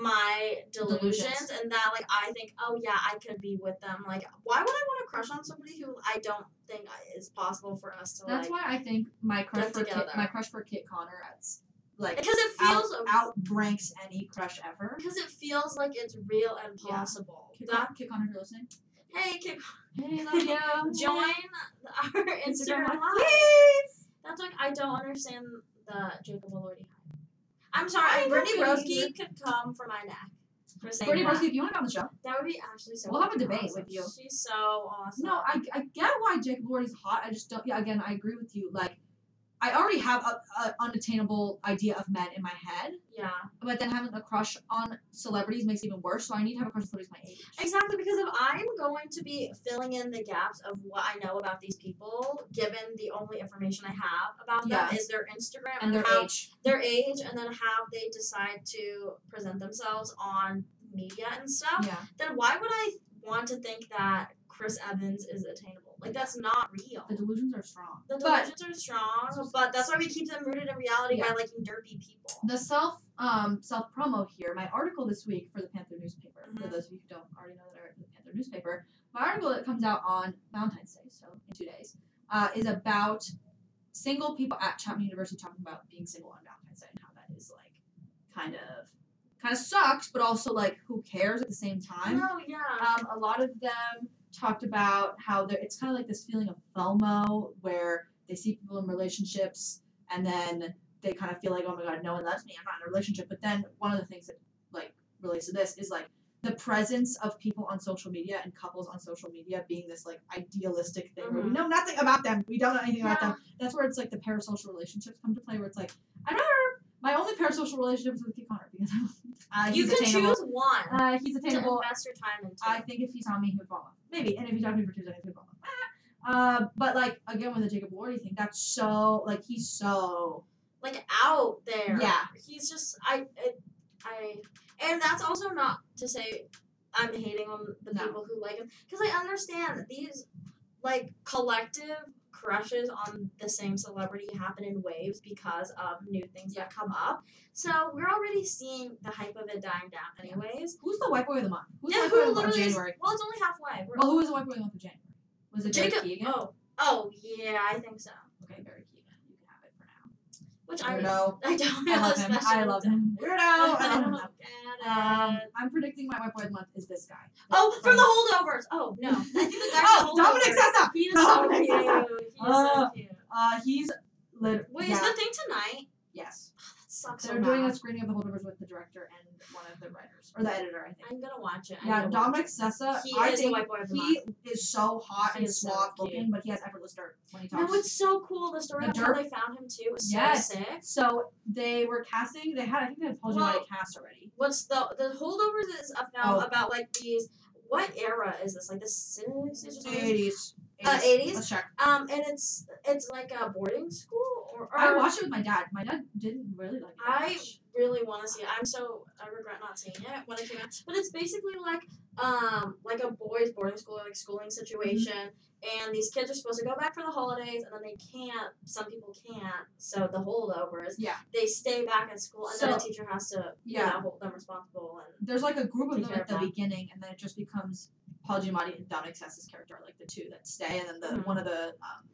Speaker 1: my delusions,
Speaker 2: Delusions.
Speaker 1: and that like I think, oh yeah, I could be with them. Like, why would I want to crush on somebody who I don't think is possible for us to
Speaker 2: That's
Speaker 1: like?
Speaker 2: why I think my crush
Speaker 1: Get
Speaker 2: for Kit,
Speaker 1: together.
Speaker 2: my crush for Kit Connor at like
Speaker 1: because it
Speaker 2: out,
Speaker 1: feels
Speaker 2: outranks any crush ever.
Speaker 1: because it feels like it's real and
Speaker 2: Yeah.
Speaker 1: possible.
Speaker 2: Kit,
Speaker 1: That-
Speaker 2: Con- Kit Connor, if you're listening,
Speaker 1: hey, can
Speaker 2: hey, (laughs) love you.
Speaker 1: join our Instagram
Speaker 2: Live,
Speaker 1: live.
Speaker 2: please.
Speaker 1: That's like I don't understand the Jacob Elordi hype. I'm sorry,
Speaker 2: I
Speaker 1: I Brittany
Speaker 2: don't either.
Speaker 1: Broski could come for my neck. For saying
Speaker 2: Brittany
Speaker 1: that.
Speaker 2: Broski, if you want to come on the show,
Speaker 1: That would be actually so.
Speaker 2: We'll have a
Speaker 1: fucking
Speaker 2: debate
Speaker 1: awesome.
Speaker 2: with you.
Speaker 1: She's so awesome.
Speaker 2: No, I, I get why Jacob Lord is hot. I just don't. Yeah, again, I agree with you. Like, I already have a, a unattainable idea of men in my head,
Speaker 1: yeah.
Speaker 2: but then having a crush on celebrities makes it even worse. So I need to have a crush on celebrities my age.
Speaker 1: Exactly, because if I'm going to be filling in the gaps of what I know about these people, given the only information I have about
Speaker 2: Yeah.
Speaker 1: them is their Instagram
Speaker 2: And their
Speaker 1: how,
Speaker 2: age.
Speaker 1: their age, and then how they decide to present themselves on media and stuff,
Speaker 2: Yeah.
Speaker 1: then why would I want to think that Chris Evans is attainable? Like that's not real.
Speaker 2: The delusions are strong.
Speaker 1: The
Speaker 2: but
Speaker 1: delusions are strong, but that's why we keep them rooted in reality
Speaker 2: Yeah.
Speaker 1: by liking derpy people.
Speaker 2: the self um self promo here. My article this week for the Panther newspaper. For
Speaker 1: Mhm.
Speaker 2: those of you who don't already know that I write for the Panther newspaper, my article that comes out on Valentine's Day, so in two days, uh, is about single people at Chapman University talking about being single on Valentine's Day and how that is like kind of kind of sucks, but also like who cares at the same time.
Speaker 1: no, yeah.
Speaker 2: Um, a lot of them talked about how they're, it's kind of like this feeling of FOMO where they see people in relationships and then they kind of feel like, oh my God, no one loves me. I'm not in a relationship. But then one of the things that like relates to this is like the presence of people on social media and couples on social media being this like idealistic thing where we
Speaker 1: Mhm.
Speaker 2: know nothing about them. We don't know anything about
Speaker 1: Yeah.
Speaker 2: them. That's where it's like the parasocial relationships come to play where it's like, I'd rather my only parasocial relationship is with Kate Connor because (laughs) uh,
Speaker 1: you
Speaker 2: he's
Speaker 1: can
Speaker 2: attainable.
Speaker 1: choose one
Speaker 2: Uh, he's
Speaker 1: to (laughs)
Speaker 2: attainable.
Speaker 1: invest your time into.
Speaker 2: I think if he saw me, he would fall off. Maybe. And if he talked to me for two seconds, he would fall off. Ah. Uh, but like again with the Jacob Lordy thing, that's so like he's so
Speaker 1: like out there.
Speaker 2: Yeah.
Speaker 1: he's just I it, I, and that's also not to say I'm hating on the
Speaker 2: No.
Speaker 1: people who like him because I understand that these like collective crushes on the same celebrity happen in waves because of new things that come up. So we're already seeing the hype of it dying down, anyways.
Speaker 2: who's the white boy of the month? Who's
Speaker 1: yeah,
Speaker 2: the white boy
Speaker 1: who
Speaker 2: of the month of
Speaker 1: literally? Is,
Speaker 2: January?
Speaker 1: well, it's only halfway. We're,
Speaker 2: Well, who was the white boy of the month of January? Was it Derek
Speaker 1: Jacob.
Speaker 2: Keegan?
Speaker 1: Oh, oh yeah, I think so.
Speaker 2: Okay, Derek Keegan. You can have it for now.
Speaker 1: Which
Speaker 2: I
Speaker 1: I
Speaker 2: know.
Speaker 1: (laughs) I don't know.
Speaker 2: I love him. I
Speaker 1: especially
Speaker 2: love
Speaker 1: with
Speaker 2: him. Weirdo. (laughs)
Speaker 1: (laughs) that.
Speaker 2: I love him.
Speaker 1: Get
Speaker 2: Um,
Speaker 1: it.
Speaker 2: I'm predicting my white boy of the month is this guy.
Speaker 1: Oh, from the holdovers. Oh
Speaker 2: (laughs)
Speaker 1: no, I think the guy.
Speaker 2: Oh,
Speaker 1: from the
Speaker 2: Dominic
Speaker 1: holdovers.
Speaker 2: Sessa.
Speaker 1: He is so
Speaker 2: Dominic
Speaker 1: cute.
Speaker 2: Sessa.
Speaker 1: He is
Speaker 2: Uh,
Speaker 1: so cute.
Speaker 2: Uh, he's lit.
Speaker 1: Wait,
Speaker 2: yeah.
Speaker 1: is the thing tonight?
Speaker 2: yes.
Speaker 1: That sucks.
Speaker 2: They're
Speaker 1: so
Speaker 2: doing
Speaker 1: bad.
Speaker 2: a screening of the holdovers with the director and one of the writers or the editor, I think.
Speaker 1: I'm gonna watch it. I
Speaker 2: Yeah,
Speaker 1: need to
Speaker 2: Dominic
Speaker 1: watch
Speaker 2: Sessa.
Speaker 1: He
Speaker 2: I
Speaker 1: is the
Speaker 2: think
Speaker 1: white boy of the
Speaker 2: he is so hot
Speaker 1: He
Speaker 2: and
Speaker 1: is so
Speaker 2: suave
Speaker 1: cute.
Speaker 2: looking, but he has effortless dirt when he
Speaker 1: it. No,
Speaker 2: talks.
Speaker 1: it's so cool. The story
Speaker 2: The
Speaker 1: of how
Speaker 2: derp.
Speaker 1: they found him too is
Speaker 2: Yes.
Speaker 1: so sick.
Speaker 2: so they were casting. They had I think they had Paul
Speaker 1: Well-
Speaker 2: Giamatti cast already.
Speaker 1: What's the the holdovers is up now
Speaker 2: Oh.
Speaker 1: about like these. What era is this? Like the sixties or something.
Speaker 2: Eighties.
Speaker 1: Uh, 80s?
Speaker 2: Let's check.
Speaker 1: Um, and it's it's like a boarding school or. or
Speaker 2: I watched it with my dad. My dad didn't really like it. that
Speaker 1: I
Speaker 2: much.
Speaker 1: really want to see it. I'm so I regret not seeing it when it came out. But it's basically like um like a boys boarding school like schooling situation, and these kids are supposed to go back for the holidays, and then they can't. Some people can't, so the holdovers
Speaker 2: Yeah.
Speaker 1: they stay back at school, and then the
Speaker 2: So-
Speaker 1: teacher has to you
Speaker 2: Yeah.
Speaker 1: know, hold them responsible. And
Speaker 2: There's like a group of
Speaker 1: Take
Speaker 2: them
Speaker 1: care
Speaker 2: at
Speaker 1: of
Speaker 2: the
Speaker 1: that.
Speaker 2: beginning, and then it just becomes Paul Giamatti and Dominic Sessa's character are like the two that stay, and then the
Speaker 1: Mhm.
Speaker 2: one of the um,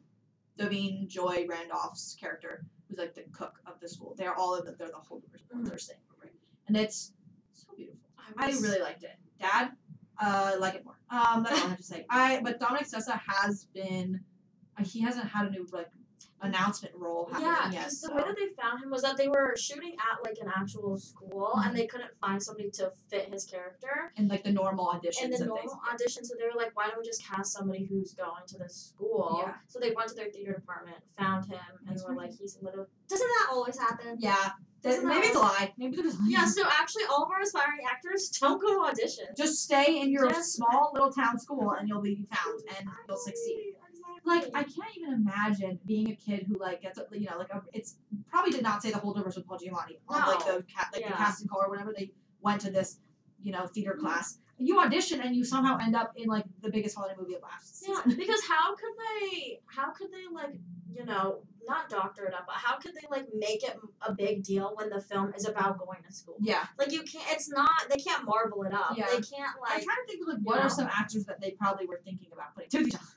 Speaker 2: Devine Joy Randolph's character, who's like the cook of the school. They're all of them. They're the holdovers.
Speaker 1: Mhm.
Speaker 2: They're staying over, it. and it's so beautiful. I
Speaker 1: was-
Speaker 2: really liked it. Dad, uh, like it more. Um, that's all I have to
Speaker 1: (laughs)
Speaker 2: say. I but Dominic Sessa has been, uh, he hasn't had a new like announcement role
Speaker 1: Yeah,
Speaker 2: happening yet.
Speaker 1: because the
Speaker 2: so-
Speaker 1: way that they found him was that they were shooting at like an actual school,
Speaker 2: Mhm.
Speaker 1: and they couldn't find somebody to fit his character.
Speaker 2: and like the normal auditions
Speaker 1: and the normal
Speaker 2: things.
Speaker 1: audition, so they were like, why don't we just cast somebody who's going to this school?
Speaker 2: Yeah.
Speaker 1: So they went to their theater department, found him, and
Speaker 2: He's
Speaker 1: were like,
Speaker 2: perfect.
Speaker 1: he's literally. Doesn't that always happen?
Speaker 2: (laughs) Yeah, that,
Speaker 1: um, Isn't that
Speaker 2: maybe it's a lie. Maybe they're just lying.
Speaker 1: Yeah, so actually, all of our aspiring actors don't go to auditions.
Speaker 2: Just stay in your
Speaker 1: Just-
Speaker 2: small little town school, and you'll be found, and you'll succeed. like I can't even imagine being a kid who like gets a, you know like a, it's probably did not say the holdovers with Paul Giamatti on like the ca- like the
Speaker 1: Yeah. Mm-hmm.
Speaker 2: casting call or whenever they went to this you know theater class. You audition and you somehow end up in like the biggest holiday movie of last
Speaker 1: Yeah,
Speaker 2: season.
Speaker 1: because how could they? How could they like? You know, not doctor it up, but how could they like make it a big deal when the film is about going to school?
Speaker 2: Yeah,
Speaker 1: Like you can't. It's not. They can't marvel it up.
Speaker 2: Yeah.
Speaker 1: They can't
Speaker 2: I'm
Speaker 1: like.
Speaker 2: trying to think of like what
Speaker 1: Yeah.
Speaker 2: are some actors that they probably were thinking about putting Timothy Chalamet.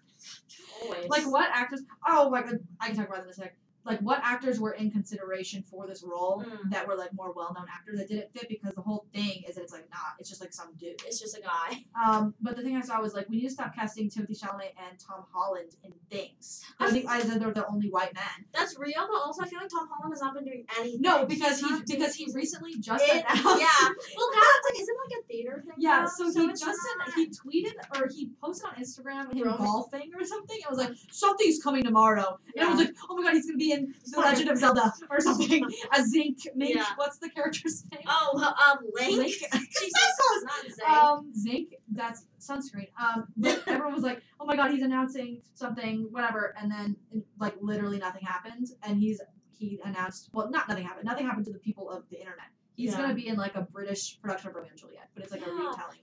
Speaker 1: Always.
Speaker 2: Like what actors? Oh my god, I can talk about that in a sec. Like what actors were in consideration for this role
Speaker 1: Mm.
Speaker 2: that were like more well-known actors that didn't fit because the whole thing is that it's like not, it's just like some dude.
Speaker 1: It's just a guy.
Speaker 2: Um, but the thing I saw was like we need to stop casting Timothy Chalamet and Tom Holland in things. I think I said they're the only white men.
Speaker 1: That's real, but also I feel like Tom Holland has not been doing anything.
Speaker 2: No, because he
Speaker 1: He's not
Speaker 2: because he
Speaker 1: doing-
Speaker 2: recently just
Speaker 1: It- (laughs)
Speaker 2: announced.
Speaker 1: yeah. Well, that's like, isn't like a theater thing?
Speaker 2: (laughs) Yeah,
Speaker 1: now?
Speaker 2: so, he
Speaker 1: it's
Speaker 2: just an-
Speaker 1: not-
Speaker 2: he tweeted or he posted on Instagram him
Speaker 1: Roman-
Speaker 2: golfing or something. It was like something's coming tomorrow, and I was like, oh my god, he's gonna be in The Legend of Zelda or
Speaker 1: (laughs)
Speaker 2: something. A zinc mink.
Speaker 1: Yeah.
Speaker 2: What's the character's (laughs) name?
Speaker 1: Oh, um, Link.
Speaker 2: (laughs) Link.
Speaker 1: Jesus,
Speaker 2: That's
Speaker 1: not Zane.
Speaker 2: Um, zinc. That's sunscreen. Um, but
Speaker 1: (laughs)
Speaker 2: everyone was like, "Oh my god, he's announcing something, whatever," and then like literally nothing happened, and he's he announced, well, not nothing happened. Nothing happened to the people of the internet. He's
Speaker 1: Yeah.
Speaker 2: gonna be in like a British production of Romeo and Juliet, but it's like a
Speaker 1: Yeah.
Speaker 2: retelling,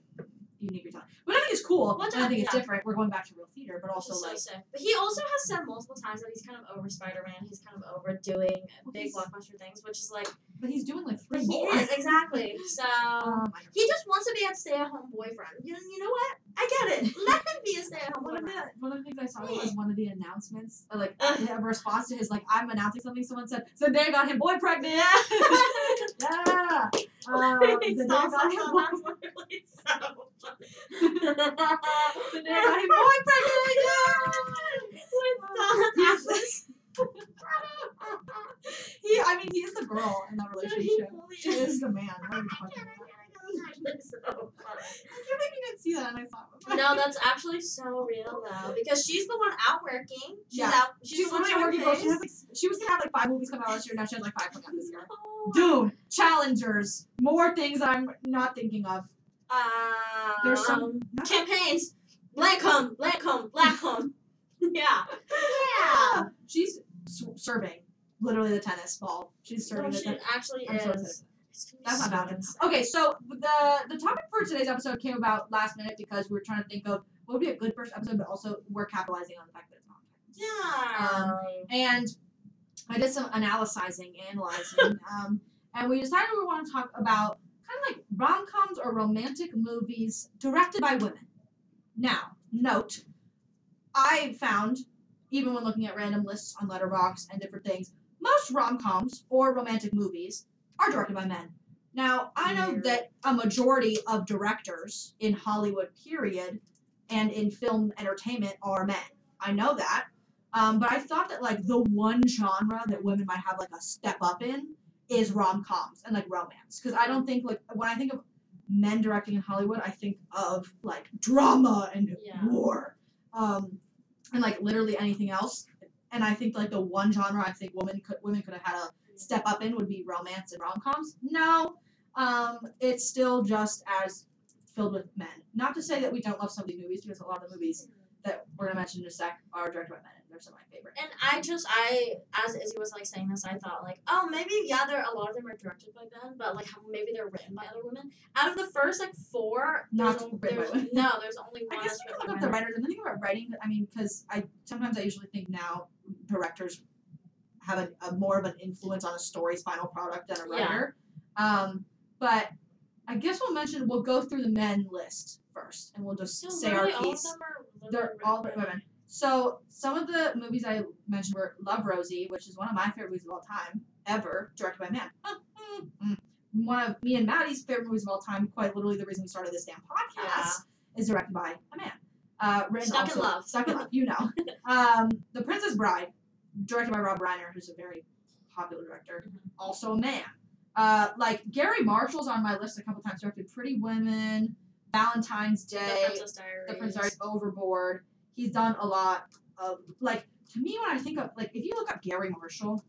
Speaker 2: unique retelling. But I think it's cool.
Speaker 1: Well
Speaker 2: and I
Speaker 1: done,
Speaker 2: think it's
Speaker 1: yeah.
Speaker 2: different. We're going back to real theater, but also
Speaker 1: Which is so
Speaker 2: like
Speaker 1: sick. But he also has said multiple times that he's kind of over Spider Man. He's kind of over doing
Speaker 2: Well,
Speaker 1: big
Speaker 2: he's-
Speaker 1: blockbuster things, which is like
Speaker 2: But he's doing like
Speaker 1: but
Speaker 2: three
Speaker 1: he
Speaker 2: more.
Speaker 1: is exactly. So
Speaker 2: Um, I don't-
Speaker 1: he just wants to be a stay at home boyfriend. You you know what? I get
Speaker 2: (laughs)
Speaker 1: it. Let him be a stay at home
Speaker 2: one of the
Speaker 1: boyfriend.
Speaker 2: one of the things I saw
Speaker 1: Yeah.
Speaker 2: was one of the announcements, uh, like
Speaker 1: Ugh.
Speaker 2: a response to his like I'm announcing something. Someone said, "So they got him boy pregnant."
Speaker 1: Yeah.
Speaker 2: (laughs) yeah. (laughs) Um,
Speaker 1: It's
Speaker 2: Zendaya
Speaker 1: also-
Speaker 2: got him boy-
Speaker 1: that's literally so funny.
Speaker 2: (laughs)
Speaker 1: (laughs)
Speaker 2: Zendaya got him boy pregnant. Um,
Speaker 1: With the-
Speaker 2: (laughs) Yes. (laughs) He, I mean, he is the girl in that relationship. She (laughs) is the man. What are you
Speaker 1: I
Speaker 2: talking
Speaker 1: can't, I
Speaker 2: about? (laughs)
Speaker 1: can't, I can't. So funny.
Speaker 2: I can't believe you didn't see that, and I saw it.
Speaker 1: No, that's actually so real though, because she's the one out working. She's
Speaker 2: Yeah.
Speaker 1: out. She's,
Speaker 2: she's
Speaker 1: the one
Speaker 2: literally a working girl.
Speaker 1: showing
Speaker 2: She, has, like, she was gonna have like five movies come out last year. Now she has like five coming out this year.
Speaker 1: face.
Speaker 2: Doom, Challengers, more things I'm not thinking of.
Speaker 1: Um,
Speaker 2: There's some no.
Speaker 1: campaigns. Lancome, Lancome, Lancome. (laughs) yeah. Yeah.
Speaker 2: Yeah, (laughs) she's s- serving literally the tennis ball. She's
Speaker 1: No,
Speaker 2: serving the
Speaker 1: Oh, she
Speaker 2: tennis.
Speaker 1: actually
Speaker 2: I'm so
Speaker 1: is.
Speaker 2: excited.
Speaker 1: It's gonna be
Speaker 2: That's
Speaker 1: so
Speaker 2: not bad.
Speaker 1: insane.
Speaker 2: Okay, so the the topic for today's episode came about last minute because we were trying to think of what would be a good first episode, but also we're capitalizing on the fact that it's not.
Speaker 1: Yeah.
Speaker 2: Um, And I did some analyzing, analyzing, um, and we decided we want to talk about kind of like rom coms or romantic movies directed by women. Now, note, I found, even when looking at random lists on Letterboxd and different things, most rom coms or romantic movies are directed by men. Now, I know
Speaker 1: Weird.
Speaker 2: that a majority of directors in Hollywood, period, and in film entertainment are men. I know that. Um, but I thought that like the one genre that women might have like a step up in is rom coms and like romance. Because I don't think like when I think of men directing in Hollywood, I think of like drama and
Speaker 1: Yeah.
Speaker 2: war, um, and like literally anything else. And I think like the one genre I think women could women could have had a step up in would be romance and rom coms. No, um, it's still just as filled with men. Not to say that we don't love some of these movies because a lot of the movies that we're gonna mention in a sec are directed by men and they're some of my favorite.
Speaker 1: And I just I as Izzy was like saying this, I thought like, oh maybe yeah, there a lot of them are directed by men, but like how maybe they're written by other women. Out of the first like four,
Speaker 2: Not
Speaker 1: there's,
Speaker 2: written by
Speaker 1: there's-
Speaker 2: women.
Speaker 1: no, there's only one.
Speaker 2: (laughs) I guess
Speaker 1: that's
Speaker 2: you
Speaker 1: written
Speaker 2: can
Speaker 1: by
Speaker 2: look up the
Speaker 1: men.
Speaker 2: writers and think about writing. I mean, because I sometimes I usually think now directors have a, a more of an influence on a story's final product than a
Speaker 1: Yeah.
Speaker 2: writer. Um, but I guess we'll mention we'll go through the men list first, and we'll just
Speaker 1: So
Speaker 2: say our
Speaker 1: literally all of
Speaker 2: piece.
Speaker 1: them are
Speaker 2: They're
Speaker 1: literally
Speaker 2: all
Speaker 1: written
Speaker 2: written
Speaker 1: by
Speaker 2: by women. So some of the movies I mentioned were Love Rosie, which is one of my favorite movies of all time ever, directed by a man. (laughs) Mm. one of me and Maddie's favorite movies of all time, quite literally the reason we started this damn podcast, is directed by a man. Uh, written
Speaker 1: Uh-huh. Stuck in
Speaker 2: also-
Speaker 1: Love.
Speaker 2: Stuck in Love, you know.
Speaker 1: (laughs)
Speaker 2: Um, the Princess Bride, directed by Rob Reiner, who's a very popular director,
Speaker 1: Mhm.
Speaker 2: also a man. Uh, like Gary Marshall's on my list a couple times, directed Pretty Women, Valentine's Day,
Speaker 1: The Princess Diaries.
Speaker 2: the Prince Diaries overboard. He's done a lot of like to me when I think of like if you look up Gary Marshall,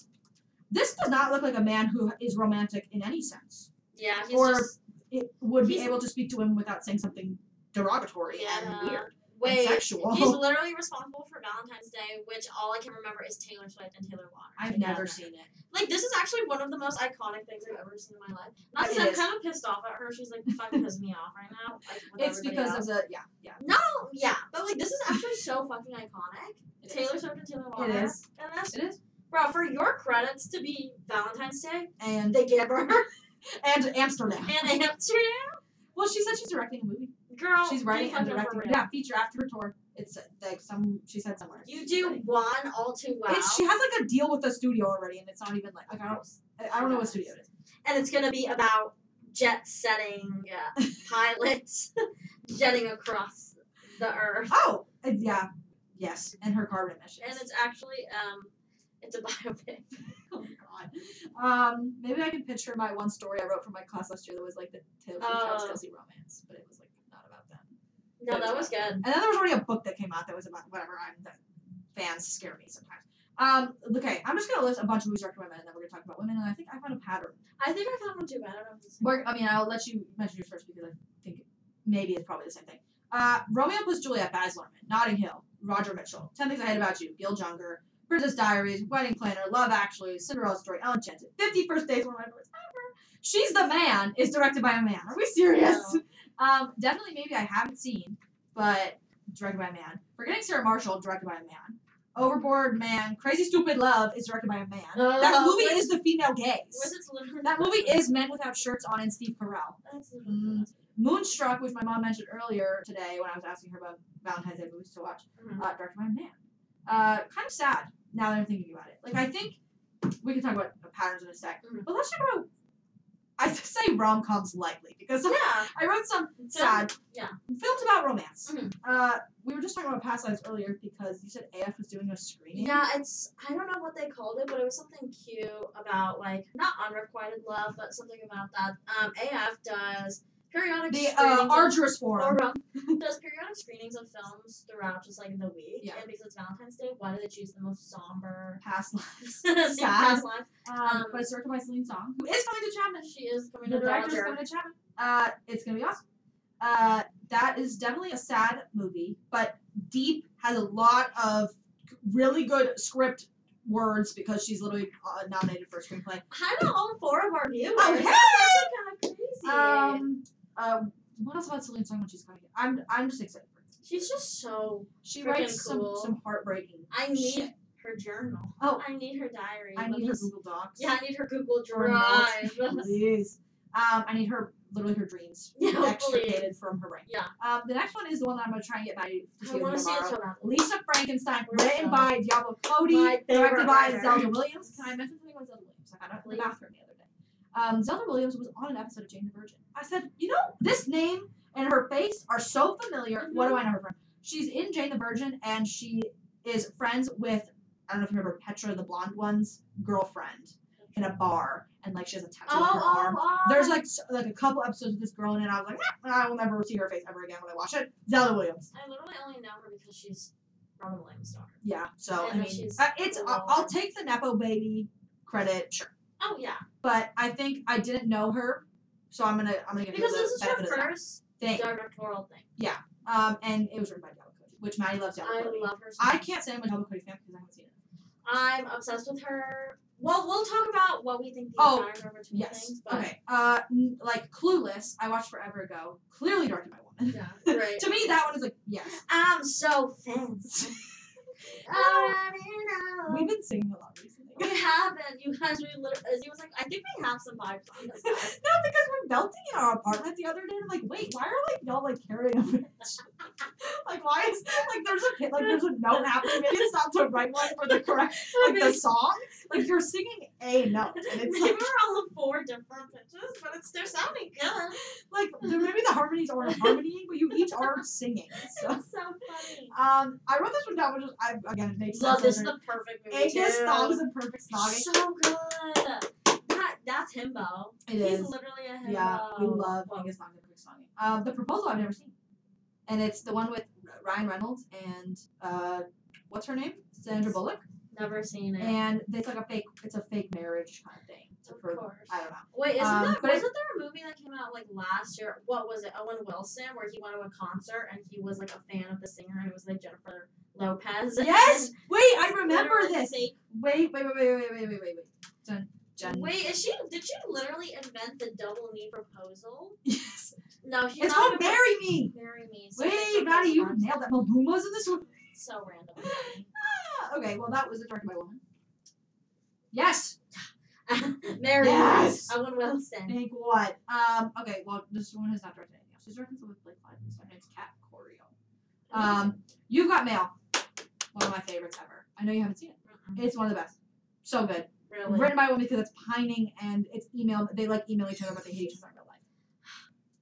Speaker 2: this does not look like a man who is romantic in any sense.
Speaker 1: Yeah, he's
Speaker 2: Or
Speaker 1: just
Speaker 2: It would be
Speaker 1: He's-
Speaker 2: able to speak to women without saying something derogatory
Speaker 1: Yeah.
Speaker 2: and weird and
Speaker 1: way
Speaker 2: sexual.
Speaker 1: He's literally responsible for Valentine's Day, which all I can remember is Taylor Swift and Taylor Lautner.
Speaker 2: (laughs) I've
Speaker 1: together.
Speaker 2: never seen it.
Speaker 1: Like this is actually one of the most iconic things I've ever seen in my life. Not
Speaker 2: It
Speaker 1: that I'm
Speaker 2: is.
Speaker 1: kind of pissed off at her. She's like fucking pissing me off right now. Like, with
Speaker 2: It's
Speaker 1: everybody
Speaker 2: because
Speaker 1: else.
Speaker 2: of the yeah yeah.
Speaker 1: No, yeah, but like this is actually so fucking iconic.
Speaker 2: It is.
Speaker 1: Taylor Swift and Taylor Lautner.
Speaker 2: It is.
Speaker 1: And that's,
Speaker 2: It is.
Speaker 1: bro, for your credits to be Valentine's Day,
Speaker 2: And
Speaker 1: The Giver,
Speaker 2: and Amsterdam.
Speaker 1: (laughs) and Amsterdam,
Speaker 2: Well, she said she's directing a movie.
Speaker 1: girl,
Speaker 2: she's
Speaker 1: you
Speaker 2: writing and
Speaker 1: fucking for
Speaker 2: directing.
Speaker 1: real.
Speaker 2: Yeah, feature after her tour. It's uh, like some she said somewhere.
Speaker 1: You
Speaker 2: she's
Speaker 1: do
Speaker 2: writing.
Speaker 1: one all too well,
Speaker 2: It's, she has like a deal with the studio already, and it's not even like, like I don't I- I don't know what studio it is.
Speaker 1: and it's gonna be about jet setting uh, pilots (laughs) jetting across the earth,
Speaker 2: Oh uh, yeah, yes, and her carbon emissions.
Speaker 1: and it's actually um, it's a (laughs) biopic.
Speaker 2: oh god. Um, maybe I can picture my one story I wrote for my class last year that was like the Taylor Swift Travis
Speaker 1: Oh.
Speaker 2: Kelsey romance, but it was like not about them.
Speaker 1: No, that was good.
Speaker 2: And then there was already a book that came out that was about whatever. I'm the fans scare me sometimes. Um, okay, I'm just gonna list a bunch of movies recommended, and then we're gonna talk about women. And I think I found a pattern.
Speaker 1: I think I found one too, but I don't know if it's
Speaker 2: Where, I mean, I'll let you mention yours first because I think maybe it's probably the same thing. Uh, Romeo plus Juliet, Baz Luhrmann, Notting Hill, Roger Mitchell, Ten Things I Hate About You, Gil Junger, Princess Diaries, Wedding Planner, Love Actually, Cinderella Story, Ellen Chanted, Fifty First Dates, one of my favorites ever. She's the Man is directed by a man. Are we serious? (laughs) Um, definitely, maybe I haven't seen, but directed by a man. Forgetting Sarah Marshall, directed by a man. Overboard Man, Crazy Stupid Love is directed by a man. That
Speaker 1: Oh,
Speaker 2: movie
Speaker 1: wait.
Speaker 2: is the female gaze.
Speaker 1: Wizards literally
Speaker 2: That movie is Men Without Shirts on and Steve Carell.
Speaker 1: That's literally the
Speaker 2: Mm.
Speaker 1: last
Speaker 2: Moonstruck, which my mom mentioned earlier today when I was asking her about Valentine's Day movies to watch,
Speaker 1: Mhm.
Speaker 2: uh, directed by a man. Uh, kind of sad now that I'm thinking about it. Like I think we can talk about patterns in a sec,
Speaker 1: Mhm.
Speaker 2: but let's talk about. I (laughs) say rom coms lightly because (laughs)
Speaker 1: one. Yeah.
Speaker 2: I wrote some
Speaker 1: it's
Speaker 2: sad.
Speaker 1: yeah.
Speaker 2: Films about romance.
Speaker 1: Mhm.
Speaker 2: Uh, we were just talking about past lives earlier because you said AF was doing a screening.
Speaker 1: Yeah, it's I don't know what they called it, but it was something cute about like not unrequited love, but something about that. Um, AF does periodic
Speaker 2: The
Speaker 1: screenings
Speaker 2: uh,
Speaker 1: of- (laughs)
Speaker 2: arduous
Speaker 1: or
Speaker 2: forum.
Speaker 1: um, does periodic screenings of films throughout just like the week.
Speaker 2: Yeah.
Speaker 1: And because it's Valentine's Day, why do they choose the most somber? (laughs)
Speaker 2: Past lives.
Speaker 1: thing
Speaker 2: Sad.
Speaker 1: past life?
Speaker 2: Um,
Speaker 1: Um,
Speaker 2: but it's directed by Celine Song, who is coming to Chapman.
Speaker 1: She is coming
Speaker 2: the
Speaker 1: to
Speaker 2: director's
Speaker 1: Dodger.
Speaker 2: going to Chapman. Uh, it's going to be awesome. Uh, that is definitely a sad movie, but Deep has a lot of really good script words because she's literally uh, nominated for a screenplay.
Speaker 1: Hi to all four of our viewers.
Speaker 2: Oh,
Speaker 1: That's actually kinda crazy.
Speaker 2: Um, uh, what else about Celine Song when she's coming? in? I'm I'm just excited for it.
Speaker 1: She's just so
Speaker 2: She
Speaker 1: Freaking
Speaker 2: writes
Speaker 1: cool.
Speaker 2: some some heartbreaking.
Speaker 1: I need
Speaker 2: shit.
Speaker 1: her journal.
Speaker 2: Oh.
Speaker 1: I need her diary.
Speaker 2: I
Speaker 1: Let
Speaker 2: need
Speaker 1: me
Speaker 2: her
Speaker 1: s-
Speaker 2: Google Docs.
Speaker 1: Yeah, I need her Google
Speaker 2: Or
Speaker 1: Drive. (laughs)
Speaker 2: notes, please. Um, I need her literally her dreams
Speaker 1: Yeah,
Speaker 2: extricated from her brain.
Speaker 1: Yeah.
Speaker 2: Um, the next one is the one that I'm gonna try and get Maddie to see
Speaker 1: I want
Speaker 2: with
Speaker 1: to
Speaker 2: me
Speaker 1: see it
Speaker 2: tomorrow.
Speaker 1: so bad.
Speaker 2: Lisa Frankenstein,
Speaker 1: Where's
Speaker 2: written
Speaker 1: Zelda?
Speaker 2: by Diablo Cody,
Speaker 1: My
Speaker 2: directed
Speaker 1: favorite
Speaker 2: by
Speaker 1: writer.
Speaker 2: Zelda Williams. Can I mention something about Zelda Williams? I found out in the
Speaker 1: Please.
Speaker 2: bathroom the other day. Um, Zelda Williams was on an episode of Jane the Virgin. I said, you know, this name and her face are so familiar. What do I know her from? She's in Jane the Virgin, and she is friends with I don't know if you remember Petra, the blonde one's girlfriend, in a bar, and like she has a tattoo
Speaker 1: Oh,
Speaker 2: on her arm. There's like s- like a couple episodes of this girl in it. and I was like, "Ah, I will never see her face ever again when I watch it. Zelda Williams.
Speaker 1: I literally only know her because she's Robin Williams' daughter.
Speaker 2: Yeah. So I
Speaker 1: And
Speaker 2: mean,
Speaker 1: she's
Speaker 2: I- it's I'll, I'll
Speaker 1: blonde.
Speaker 2: take the nepo baby credit, sure,
Speaker 1: Oh yeah,
Speaker 2: but I think I didn't know her, so I'm gonna I'm gonna give
Speaker 1: because
Speaker 2: her the
Speaker 1: this is her
Speaker 2: benefit of that
Speaker 1: first
Speaker 2: thing.
Speaker 1: directorial thing.
Speaker 2: Um, and it was written by Diablo Cody, which Maddie loves Diablo
Speaker 1: I
Speaker 2: Cody.
Speaker 1: love her. So
Speaker 2: I
Speaker 1: much.
Speaker 2: can't say I'm a Diablo Cody fan because I haven't seen it.
Speaker 1: I'm obsessed with her. Well, we'll talk about what we think the
Speaker 2: Oh,
Speaker 1: pattern over two
Speaker 2: Yes.
Speaker 1: things. But
Speaker 2: okay. Uh, n- like Clueless, I watched forever ago. Clearly directed by a woman.
Speaker 1: Yeah. Right.
Speaker 2: (laughs) to me, that one is like yes.
Speaker 1: I'm so
Speaker 2: (laughs)
Speaker 1: fancy. I don't know.
Speaker 2: We've been singing a lot recently.
Speaker 1: We haven't. You guys, we literally. He was like, I think we have some vibes on this.
Speaker 2: (laughs) no,
Speaker 1: guys."
Speaker 2: because we're melting in our apartment the other day. and I'm like, wait, why are like y'all like carrying a bitch? (laughs) like, why is like there's a kid like there's a note happening? Maybe it's not the right one for the correct like the song. Like you're singing a note, and it's
Speaker 1: They
Speaker 2: like
Speaker 1: were all of four different pitches, but it's they're sounding good.
Speaker 2: like there- maybe the harmonies aren't harmonying, but you each are singing. So
Speaker 1: It's so funny.
Speaker 2: um, I wrote this one down, which is I again it makes
Speaker 1: Love
Speaker 2: sense.
Speaker 1: is the perfect movie.
Speaker 2: Angus
Speaker 1: too.
Speaker 2: Thong is a perfect snogging.
Speaker 1: So good. That that's himbo.
Speaker 2: It
Speaker 1: He's
Speaker 2: is.
Speaker 1: literally a himbo.
Speaker 2: Yeah,
Speaker 1: Oh.
Speaker 2: we love
Speaker 1: Well,
Speaker 2: Angus Thong and Chris Sonny. Um, the proposal I've never seen, and it's the one with Ryan Reynolds and uh, what's her name, Sandra Bullock,
Speaker 1: Never seen it.
Speaker 2: and it's like a fake, it's a fake marriage kind of thing.
Speaker 1: of
Speaker 2: for-
Speaker 1: course.
Speaker 2: I don't know.
Speaker 1: Wait, isn't
Speaker 2: Um,
Speaker 1: that
Speaker 2: but it-
Speaker 1: wasn't there a movie that came out like last year? What was it? Owen Wilson, where he went to a concert and he was like a fan of the singer and it was like Jennifer Lopez. (laughs)
Speaker 2: Yes,
Speaker 1: And
Speaker 2: wait, I remember
Speaker 1: literally
Speaker 2: this.
Speaker 1: fake-
Speaker 2: Wait, wait, wait, wait, wait, wait, wait, wait, wait. Jen, Jen.
Speaker 1: Wait, is she? Did she literally invent the double knee proposal?
Speaker 2: (laughs) Yes.
Speaker 1: No, she.
Speaker 2: It's called "Marry Me."
Speaker 1: Marry Me. so it's
Speaker 2: Wait,
Speaker 1: a
Speaker 2: Maddie, you
Speaker 1: proposal.
Speaker 2: nailed that. Maluma's in this one.
Speaker 1: So random.
Speaker 2: Ah, okay, well that was a directed by a woman. Yes.
Speaker 1: (laughs) Mary
Speaker 2: Yes.
Speaker 1: Owen Wilson.
Speaker 2: Think what? Um. Okay. Well, this one has not directed anything else. She's directed something with Blake Lively. So her name's Kat Corio. Um. You've got mail. One of my favorites ever. I know you haven't seen it.
Speaker 1: Mm-mm,
Speaker 2: It's one of the best. So good.
Speaker 1: really.
Speaker 2: Written by a woman because it's pining and it's email. They like email each other, but they hate each other in real life.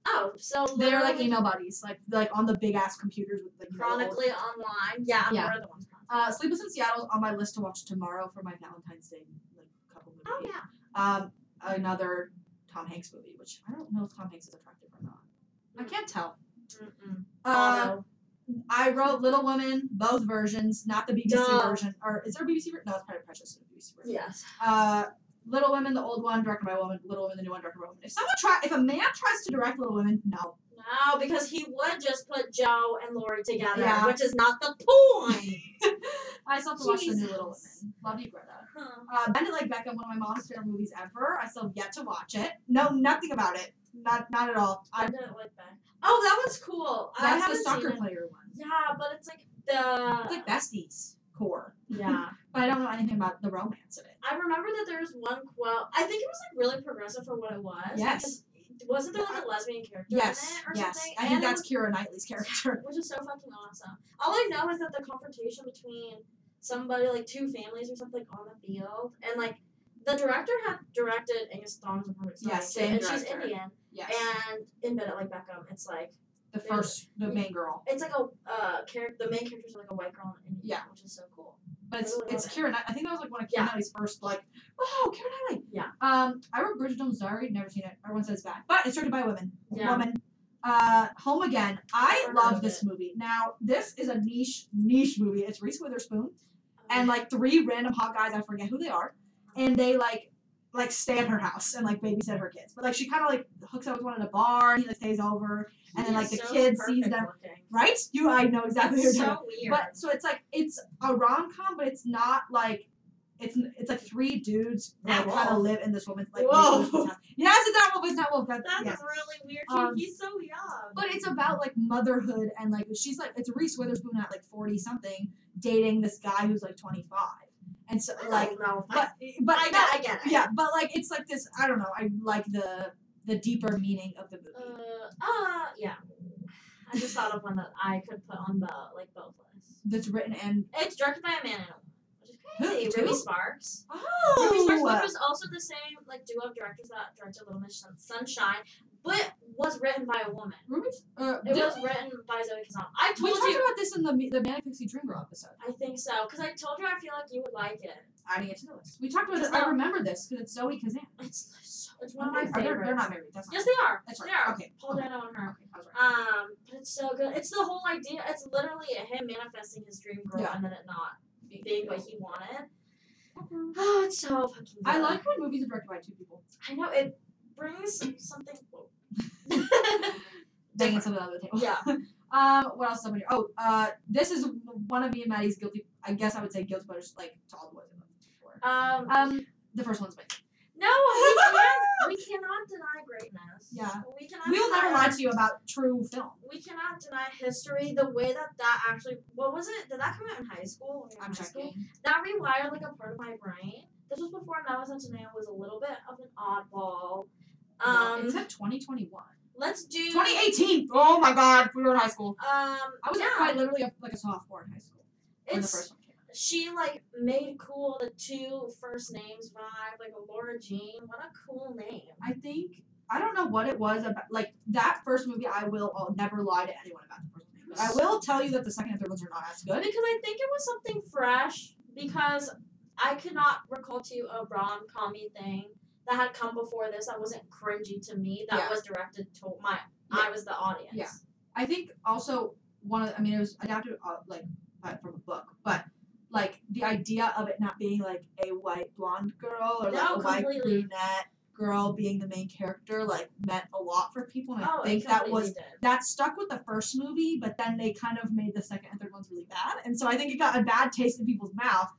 Speaker 1: Oh, so
Speaker 2: They're like
Speaker 1: literally
Speaker 2: email buddies, like like on the big ass computers with like. no-
Speaker 1: chronically online. Yeah,
Speaker 2: Yeah.
Speaker 1: we're the ones. chronically.
Speaker 2: Uh, Sleepless in Seattle is on my list to watch tomorrow for my Valentine's Day like couple movie.
Speaker 1: Oh yeah.
Speaker 2: Um, another Tom Hanks movie, which I don't know if Tom Hanks is attractive or not. I can't tell.
Speaker 1: Mm-mm.
Speaker 2: Uh,
Speaker 1: Auto.
Speaker 2: I wrote Little Women, both versions, not the BBC
Speaker 1: Duh.
Speaker 2: version. Or is there a BBC version? No, it's probably Precious in the BBC version.
Speaker 1: Yes.
Speaker 2: Uh, Little Women, the old one, directed by a woman. Little Women, the new one, directed by a woman. If someone try, if a man tries to direct Little Women, no.
Speaker 1: No, because he would just put Joe and Lori together,
Speaker 2: Yeah.
Speaker 1: which is not the point.
Speaker 2: (laughs) I still have to watch the new
Speaker 1: Jesus.
Speaker 2: Little Women. Love you, Greta.
Speaker 1: Huh.
Speaker 2: Uh, Bend It Like Beckham, one of my mom's favorite movies ever. I still have yet to watch it. No, nothing about it. Not, not at all. I,
Speaker 1: I don't like that. Oh, that one's cool. I
Speaker 2: that's
Speaker 1: haven't
Speaker 2: the soccer
Speaker 1: seen it.
Speaker 2: player one.
Speaker 1: Yeah, but it's like the
Speaker 2: It's like besties core,
Speaker 1: yeah.
Speaker 2: but I don't know anything about the romance of it.
Speaker 1: I remember that there was one quote. I think it was like really progressive for what it was.
Speaker 2: Yes.
Speaker 1: because Wasn't there like a lesbian character in
Speaker 2: Yes,
Speaker 1: it or
Speaker 2: yes.
Speaker 1: something?
Speaker 2: I think
Speaker 1: And it
Speaker 2: that's Kira Knightley's character. (laughs)
Speaker 1: which is so fucking awesome. All I know is that the confrontation between somebody, like two families or something, on the field, and like the director had directed Angus Thon's Apartment
Speaker 2: Yeah, same
Speaker 1: and she's
Speaker 2: director.
Speaker 1: Indian,
Speaker 2: Yes,
Speaker 1: and in bed at like Beckham, it's like
Speaker 2: the first, the main girl.
Speaker 1: it's like a uh character. The main character's like a white girl and Indian,
Speaker 2: Yeah.
Speaker 1: which is so cool.
Speaker 2: But it's
Speaker 1: Really
Speaker 2: it's
Speaker 1: love it.
Speaker 2: Kira. Knight- I think that was like one of Kira
Speaker 1: Yeah.
Speaker 2: Knightley's first like. Oh, Kira Knightley.
Speaker 1: Yeah.
Speaker 2: Um, I wrote Bridget Jones' Diary. Never seen it. Everyone says it's bad, but it's directed by women.
Speaker 1: Yeah.
Speaker 2: Woman. Uh, Home Again. I
Speaker 1: Never heard
Speaker 2: love
Speaker 1: of
Speaker 2: this movie. Now this is a niche niche movie. It's Reese Witherspoon
Speaker 1: Um,
Speaker 2: and like three random hot guys. I forget who they are, and they like like stay at her house and like babysit her kids. But like she kind of like hooks up with one at a bar. And he like stays over. and then, like, the kid sees them- Right? You, I know exactly who you're
Speaker 1: It's
Speaker 2: talking
Speaker 1: so
Speaker 2: about.
Speaker 1: weird.
Speaker 2: But so it's like it's a rom com, but it's not like it's it's like three dudes that
Speaker 1: At
Speaker 2: kind
Speaker 1: all.
Speaker 2: of live in this woman's like.
Speaker 1: Whoa.
Speaker 2: this woman's house. Yes, it's not wolf. It's not wolf. That's,
Speaker 1: that's
Speaker 2: yeah.
Speaker 1: really weird.
Speaker 2: Um,
Speaker 1: he, he's so young.
Speaker 2: But it's about like motherhood and like she's like it's Reese Witherspoon at like forty something dating this guy who's like twenty five, and so like
Speaker 1: no,
Speaker 2: but but
Speaker 1: I get, I get it.
Speaker 2: yeah, but like it's like this. I don't know. I like the the deeper meaning of the movie.
Speaker 1: Uh, uh, yeah. I just thought of one that I could put on the like both lists.
Speaker 2: that's written and
Speaker 1: It's directed by a man and a woman, which is
Speaker 2: Who,
Speaker 1: crazy.
Speaker 2: two?
Speaker 1: Ruby Sparks. Ruby Sparks, which
Speaker 2: oh
Speaker 1: was also the same like duo of directors that directed Little Miss Sun- Sunshine, but was written by a woman.
Speaker 2: Ruby's, uh,
Speaker 1: It
Speaker 2: didn't
Speaker 1: was written by Zoe Kazan. I
Speaker 2: we
Speaker 1: told
Speaker 2: talked
Speaker 1: you.
Speaker 2: about this in the the Manic Pixie Dream Girl episode.
Speaker 1: I think so, because I told you I feel like you would like it.
Speaker 2: Adding it to the list. We talked about this.
Speaker 1: It's not-
Speaker 2: I remember this because it's Zoe Kazan.
Speaker 1: It's so, it's one of my
Speaker 2: Are they-
Speaker 1: favorites.
Speaker 2: They're not married. That's not.
Speaker 1: Yes, they are.
Speaker 2: That's
Speaker 1: they
Speaker 2: right.
Speaker 1: are.
Speaker 2: Okay.
Speaker 1: Paul
Speaker 2: okay.
Speaker 1: Dano and her.
Speaker 2: Okay, I was right.
Speaker 1: Um, but it's so good. It's the whole idea. It's literally him manifesting his dream girl
Speaker 2: Yeah.
Speaker 1: and then it not being what he wanted. Oh, it's so fucking. Good.
Speaker 2: Mm-hmm. I like when movies are directed by two people.
Speaker 1: I know it brings
Speaker 2: (laughs)
Speaker 1: something. whoa.
Speaker 2: Banging something out of the table.
Speaker 1: yeah.
Speaker 2: (laughs) Um, what else? Somebody. Oh, uh, this is one of me and Maddie's guilty. I guess I would say guilty pleasures, like to all the boys I love before.
Speaker 1: (laughs) Um.
Speaker 2: Um, the first one's my
Speaker 1: no, we can't. We cannot deny greatness.
Speaker 2: Yeah.
Speaker 1: We cannot.
Speaker 2: We will
Speaker 1: deny,
Speaker 2: never lie to you about true film.
Speaker 1: We cannot deny history. The way that that actually. What was it? Did that come out in high school? When we were in
Speaker 2: I'm
Speaker 1: high school?
Speaker 2: checking.
Speaker 1: that rewired like a part of my brain. This was before Nova Centineo was a little bit of an oddball.
Speaker 2: it
Speaker 1: Um,
Speaker 2: said 2021.
Speaker 1: let's do
Speaker 2: 2018. Oh my God, we were in high school.
Speaker 1: Um,
Speaker 2: I was
Speaker 1: yeah,
Speaker 2: quite literally a, like a sophomore in high school when the
Speaker 1: it's
Speaker 2: first one came out.
Speaker 1: she like made cool the two first names vibe, like a Laura Jean. What a cool name.
Speaker 2: I think I don't know what it was about. Like that first movie, I will. I'll never lie to anyone about the first movie. But I will tell you that the second and third ones are not as
Speaker 1: But
Speaker 2: good.
Speaker 1: because I think it was something fresh, because I could not recall to you a rom commy thing that had come before this that wasn't cringy to me, that
Speaker 2: Yeah.
Speaker 1: was directed to my
Speaker 2: Yeah.
Speaker 1: I was the audience.
Speaker 2: Yeah. I think also one of the, I mean it was adapted uh, like uh, from a book, but like the idea of it not being like a white blonde girl or like
Speaker 1: No,
Speaker 2: a white
Speaker 1: completely.
Speaker 2: brunette girl being the main character like meant a lot for people, and I
Speaker 1: Oh, it
Speaker 2: think that was
Speaker 1: completely did.
Speaker 2: that stuck with the first movie, but then they kind of made the second and third ones really bad, and so I think it got a bad taste in people's mouth.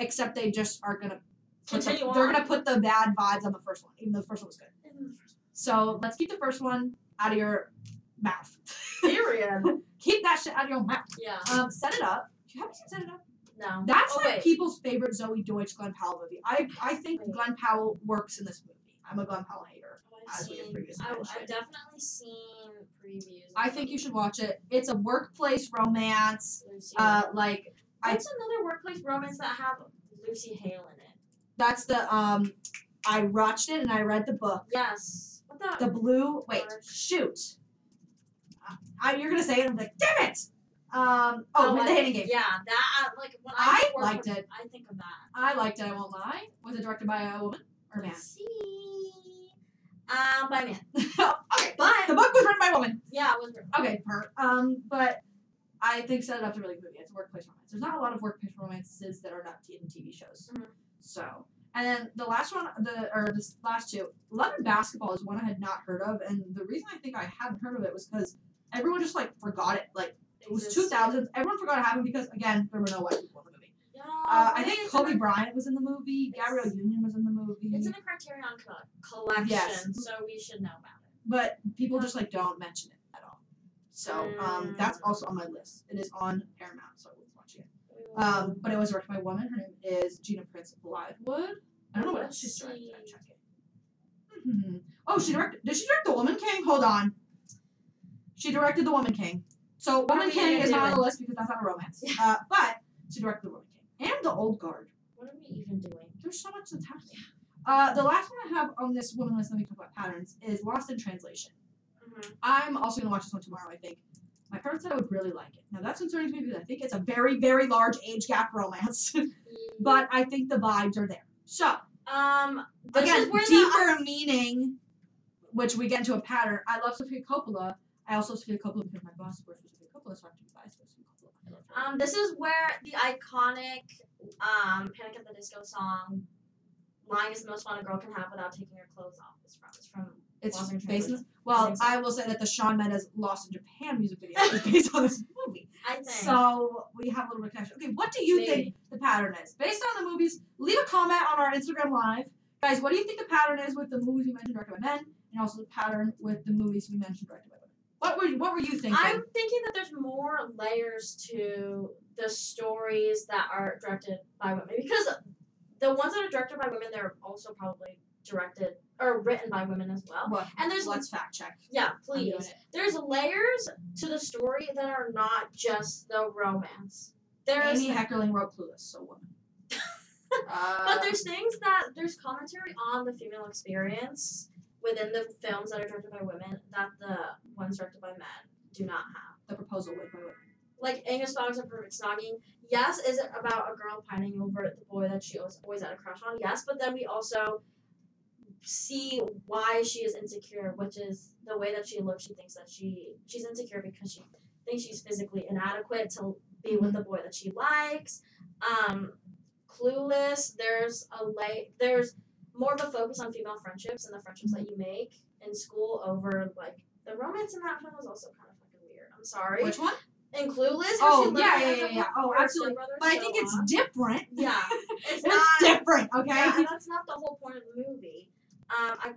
Speaker 2: Except they just are gonna put the-
Speaker 1: Continue on.
Speaker 2: they're gonna put the bad vibes on the first one, even though the first one was good.
Speaker 1: In
Speaker 2: So let's keep the first one out of your mouth.
Speaker 1: the Period.
Speaker 2: (laughs) keep that shit out of your mouth.
Speaker 1: yeah.
Speaker 2: Um, Set It Up. Have you seen Set It Up?
Speaker 1: No.
Speaker 2: That's
Speaker 1: oh,
Speaker 2: like
Speaker 1: wait.
Speaker 2: people's favorite Zoe Deutsch, Glenn Powell movie. I I think
Speaker 1: Wait.
Speaker 2: Glenn Powell works in this movie. I'm a Glenn Powell hater.
Speaker 1: Oh, I've
Speaker 2: as we have
Speaker 1: seen-
Speaker 2: previously
Speaker 1: I,
Speaker 2: mentioned.
Speaker 1: I've definitely seen previews. of
Speaker 2: I think you
Speaker 1: those.
Speaker 2: should watch it. It's a workplace romance.
Speaker 1: Lucy.
Speaker 2: Uh, like I-
Speaker 1: What's another workplace romance that have Lucy Hale in it?
Speaker 2: that's the um, I watched it and I read the book.
Speaker 1: Yes. What the?
Speaker 2: The blue. Wait,
Speaker 1: Dark.
Speaker 2: shoot. I, you're gonna say it. I'm like, damn it. Um. Oh,
Speaker 1: I-
Speaker 2: the Hating Game.
Speaker 1: Yeah, that I- like when I,
Speaker 2: I
Speaker 1: work
Speaker 2: liked
Speaker 1: with-
Speaker 2: it.
Speaker 1: I think of that.
Speaker 2: I liked it. I won't lie. Was it directed by a woman or a man?
Speaker 1: Let's see. Um,
Speaker 2: (laughs)
Speaker 1: by man.
Speaker 2: okay.
Speaker 1: But
Speaker 2: The book was written by a woman.
Speaker 1: yeah, it was.
Speaker 2: Okay, per. Um, but I think Set It Up's a really good movie. It's a workplace romance. There's not a lot of workplace romances that are not t- in TV shows.
Speaker 1: Mhm.
Speaker 2: So, and then the last one, the or this last two, Love and Basketball is one I had not heard of, and the reason I think I hadn't heard of it was because everyone just like forgot it. Like it was two
Speaker 1: Exists.
Speaker 2: thousands. Everyone forgot it happened because again, there were no white people in the movie.
Speaker 1: No,
Speaker 2: Uh, I
Speaker 1: it
Speaker 2: think
Speaker 1: is
Speaker 2: Kobe
Speaker 1: in
Speaker 2: Bryant was in the movie.
Speaker 1: It's-
Speaker 2: Gabrielle Union was in the movie.
Speaker 1: a- It's in a Criterion co- collection,
Speaker 2: Yes.
Speaker 1: so we should know about it.
Speaker 2: but people just like don't mention it at all. So um, that's
Speaker 1: Mm.
Speaker 2: also on my list. It is on Paramount, so I was watching it.
Speaker 1: We will-
Speaker 2: Um, but it was directed by a woman. Her name is Gina Prince Blythewood. I don't know (laughs) what else
Speaker 1: Let's
Speaker 2: she's directed. I
Speaker 1: see.
Speaker 2: check it. Mhm. Oh, she directed. Did she direct The Woman King? Hold on. She directed The Woman King. So
Speaker 1: are
Speaker 2: Woman
Speaker 1: we gonna
Speaker 2: King is
Speaker 1: do
Speaker 2: not on
Speaker 1: with-
Speaker 2: the list because that's not a romance. Uh, but she directed The Woman King and The Old Guard.
Speaker 1: what are we even doing?
Speaker 2: There's so much that's happening. Uh, the last one I have on this woman list, let me talk about patterns, is Lost in Translation. I'm also gonna watch this one tomorrow, I think. My parents said I would really like it. Now that's concerning to me because I think it's a very, very large age gap romance. (laughs) but I think the vibes are there. So
Speaker 1: um, this
Speaker 2: again,
Speaker 1: is where the
Speaker 2: deeper meaning, which we get into a pattern. I love Sophia Coppola. I also love Sophia Coppola because my boss works with Sophia Coppola, so I have to be biased with Sophia Coppola. I love her.
Speaker 1: Um, this is where the iconic um, Panic at the Disco song, Lying is the most fun a girl can have without taking her clothes off, is from. It's from
Speaker 2: It's
Speaker 1: Lost in
Speaker 2: based
Speaker 1: Translation.
Speaker 2: on, well,
Speaker 1: think so.
Speaker 2: I will say that the Shawn Mendes Lost in Japan music video is based on this movie.
Speaker 1: I think.
Speaker 2: So we have a little bit of connection. Okay, what do you think
Speaker 1: Maybe.
Speaker 2: the pattern is? Based on the movies, leave a comment on our Instagram live. Guys, what do you think the pattern is with the movies we mentioned directed by men and also the pattern with the movies we mentioned directed by women? What were what were you thinking?
Speaker 1: I'm thinking that there's more layers to the stories that are directed by women because the ones that are directed by women, they're also probably directed or written by women as well.
Speaker 2: what,
Speaker 1: And there's
Speaker 2: let's fact check.
Speaker 1: yeah,
Speaker 2: I'm doing
Speaker 1: please.
Speaker 2: it.
Speaker 1: There's layers to the story that are not just the romance. There's
Speaker 2: Amy Heckerling wrote Clueless, so woman.
Speaker 1: (laughs)
Speaker 2: uh,
Speaker 1: But there's things that there's commentary on the female experience within the films that are directed by women that the ones directed by men do not have.
Speaker 2: the proposal with by women.
Speaker 1: Like Angus Fogg's and Perfect Snogging, yes, is it about a girl pining over the boy that she always, always had a crush on? Yes, but then we also see why she is insecure, which is the way that she looks. She thinks that she she's insecure because she thinks she's physically inadequate to be with the boy that she likes. Um, clueless. There's a light. There's more of a focus on female friendships and the friendships that you make in school over like the romance in that film was also kind of fucking weird. I'm sorry.
Speaker 2: Which one?
Speaker 1: and Clueless. how
Speaker 2: Oh,
Speaker 1: she literally
Speaker 2: yeah, yeah,
Speaker 1: ends
Speaker 2: yeah,
Speaker 1: up
Speaker 2: yeah.
Speaker 1: with
Speaker 2: Oh,
Speaker 1: her
Speaker 2: absolutely.
Speaker 1: stepbrother
Speaker 2: But I
Speaker 1: so
Speaker 2: think it's (laughs)
Speaker 1: long.
Speaker 2: different.
Speaker 1: yeah, (laughs) it's
Speaker 2: It's,
Speaker 1: not.
Speaker 2: different, okay?
Speaker 1: (laughs) Yeah, and that's not the whole point of the movie. Um, I
Speaker 2: I'm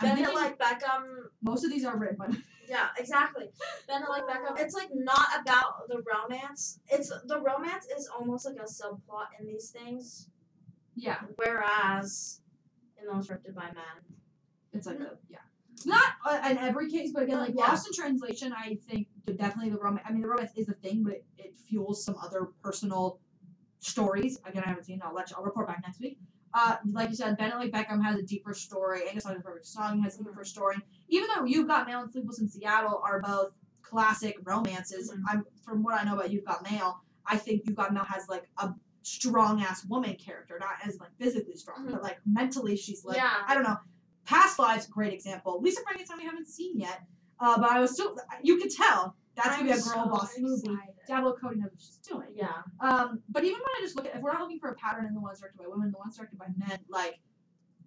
Speaker 1: Bennett
Speaker 2: thinking
Speaker 1: like Beckham.
Speaker 2: most of these are written by
Speaker 1: Yeah, exactly. Bennett like Beckham. It's like not about the romance. It's the romance is almost like a subplot in these things,
Speaker 2: Yeah.
Speaker 1: whereas in those directed by men.
Speaker 2: It's like a, yeah. Not uh, in every case, but again, like
Speaker 1: Yeah.
Speaker 2: Lost in Translation, I think the- definitely the romance. I mean, the romance is a thing, but it fuels some other personal stories. Again, I haven't seen. I'll let you. I'll report back next week. Uh, like you said, Benedict Beckham has a deeper story. Angus Young Perfect Song has a deeper story. Even though You've Got Mail and Sleepless in Seattle are both classic romances,
Speaker 1: Mhm.
Speaker 2: I'm from what I know about You've Got Mail, I think You've Got Mail has like a strong ass woman character, not as like physically strong,
Speaker 1: Mhm.
Speaker 2: but like mentally she's like
Speaker 1: yeah.
Speaker 2: I don't know. Past Lives, great example. Lisa Frankenstein, we haven't seen yet, uh, but I was still. You could tell that's gonna be a
Speaker 1: I'm
Speaker 2: girl
Speaker 1: so
Speaker 2: boss movie.
Speaker 1: excited.
Speaker 2: Diablo Cody knows what she's doing.
Speaker 1: Yeah.
Speaker 2: Um, but even when I just look at, if we're not looking for a pattern in the ones directed by women, the ones directed by men, like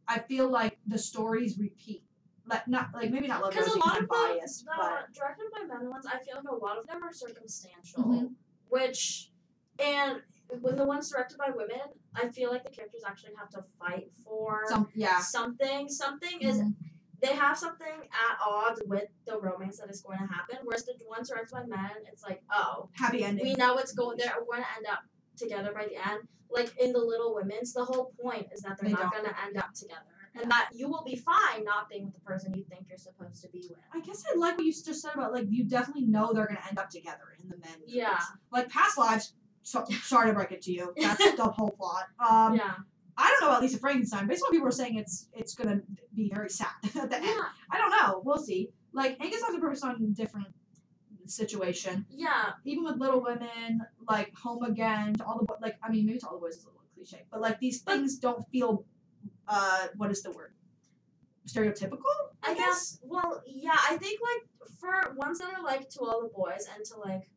Speaker 2: I feel like the stories repeat. Like not like maybe not love
Speaker 1: Because a
Speaker 2: Rosie,
Speaker 1: lot
Speaker 2: I'm
Speaker 1: of
Speaker 2: biased,
Speaker 1: the,
Speaker 2: but
Speaker 1: the directed by men ones, I feel like a lot of them are circumstantial,
Speaker 2: Mhm.
Speaker 1: which, and when the ones directed by women, I feel like the characters actually have to fight for
Speaker 2: some yeah. Mm-hmm.
Speaker 1: something. Something is they have something at odds with the romance that is going to happen. Whereas the ones directed by men, it's like, oh,
Speaker 2: happy ending.
Speaker 1: we know it's going. They're going to end up together by the end. Like in the Little Women's, the whole point is that they're
Speaker 2: They
Speaker 1: not
Speaker 2: don't.
Speaker 1: going to end up together, and that you will be fine not being with the person you think you're supposed to be with.
Speaker 2: I guess I like what you just said about like you definitely know they're gonna end up together in the men. movies.
Speaker 1: Yeah.
Speaker 2: Like past lives.
Speaker 1: (laughs)
Speaker 2: So, sorry to break it to you. That's the whole plot. Um,
Speaker 1: yeah.
Speaker 2: I don't know about Lisa Frankenstein. Based on what people are saying, it's it's gonna be very sad (laughs) at the end.
Speaker 1: Yeah,
Speaker 2: I don't know. We'll see. Like Angus has a perfect song in a different situation.
Speaker 1: yeah,
Speaker 2: Even with Little Women, like Home Again, to all the Bo- like I mean maybe to all the boys is a little cliche, but like these
Speaker 1: But-
Speaker 2: things don't feel uh what is the word stereotypical.
Speaker 1: I guess. Well, yeah, I think like for ones that are like to all the boys and to like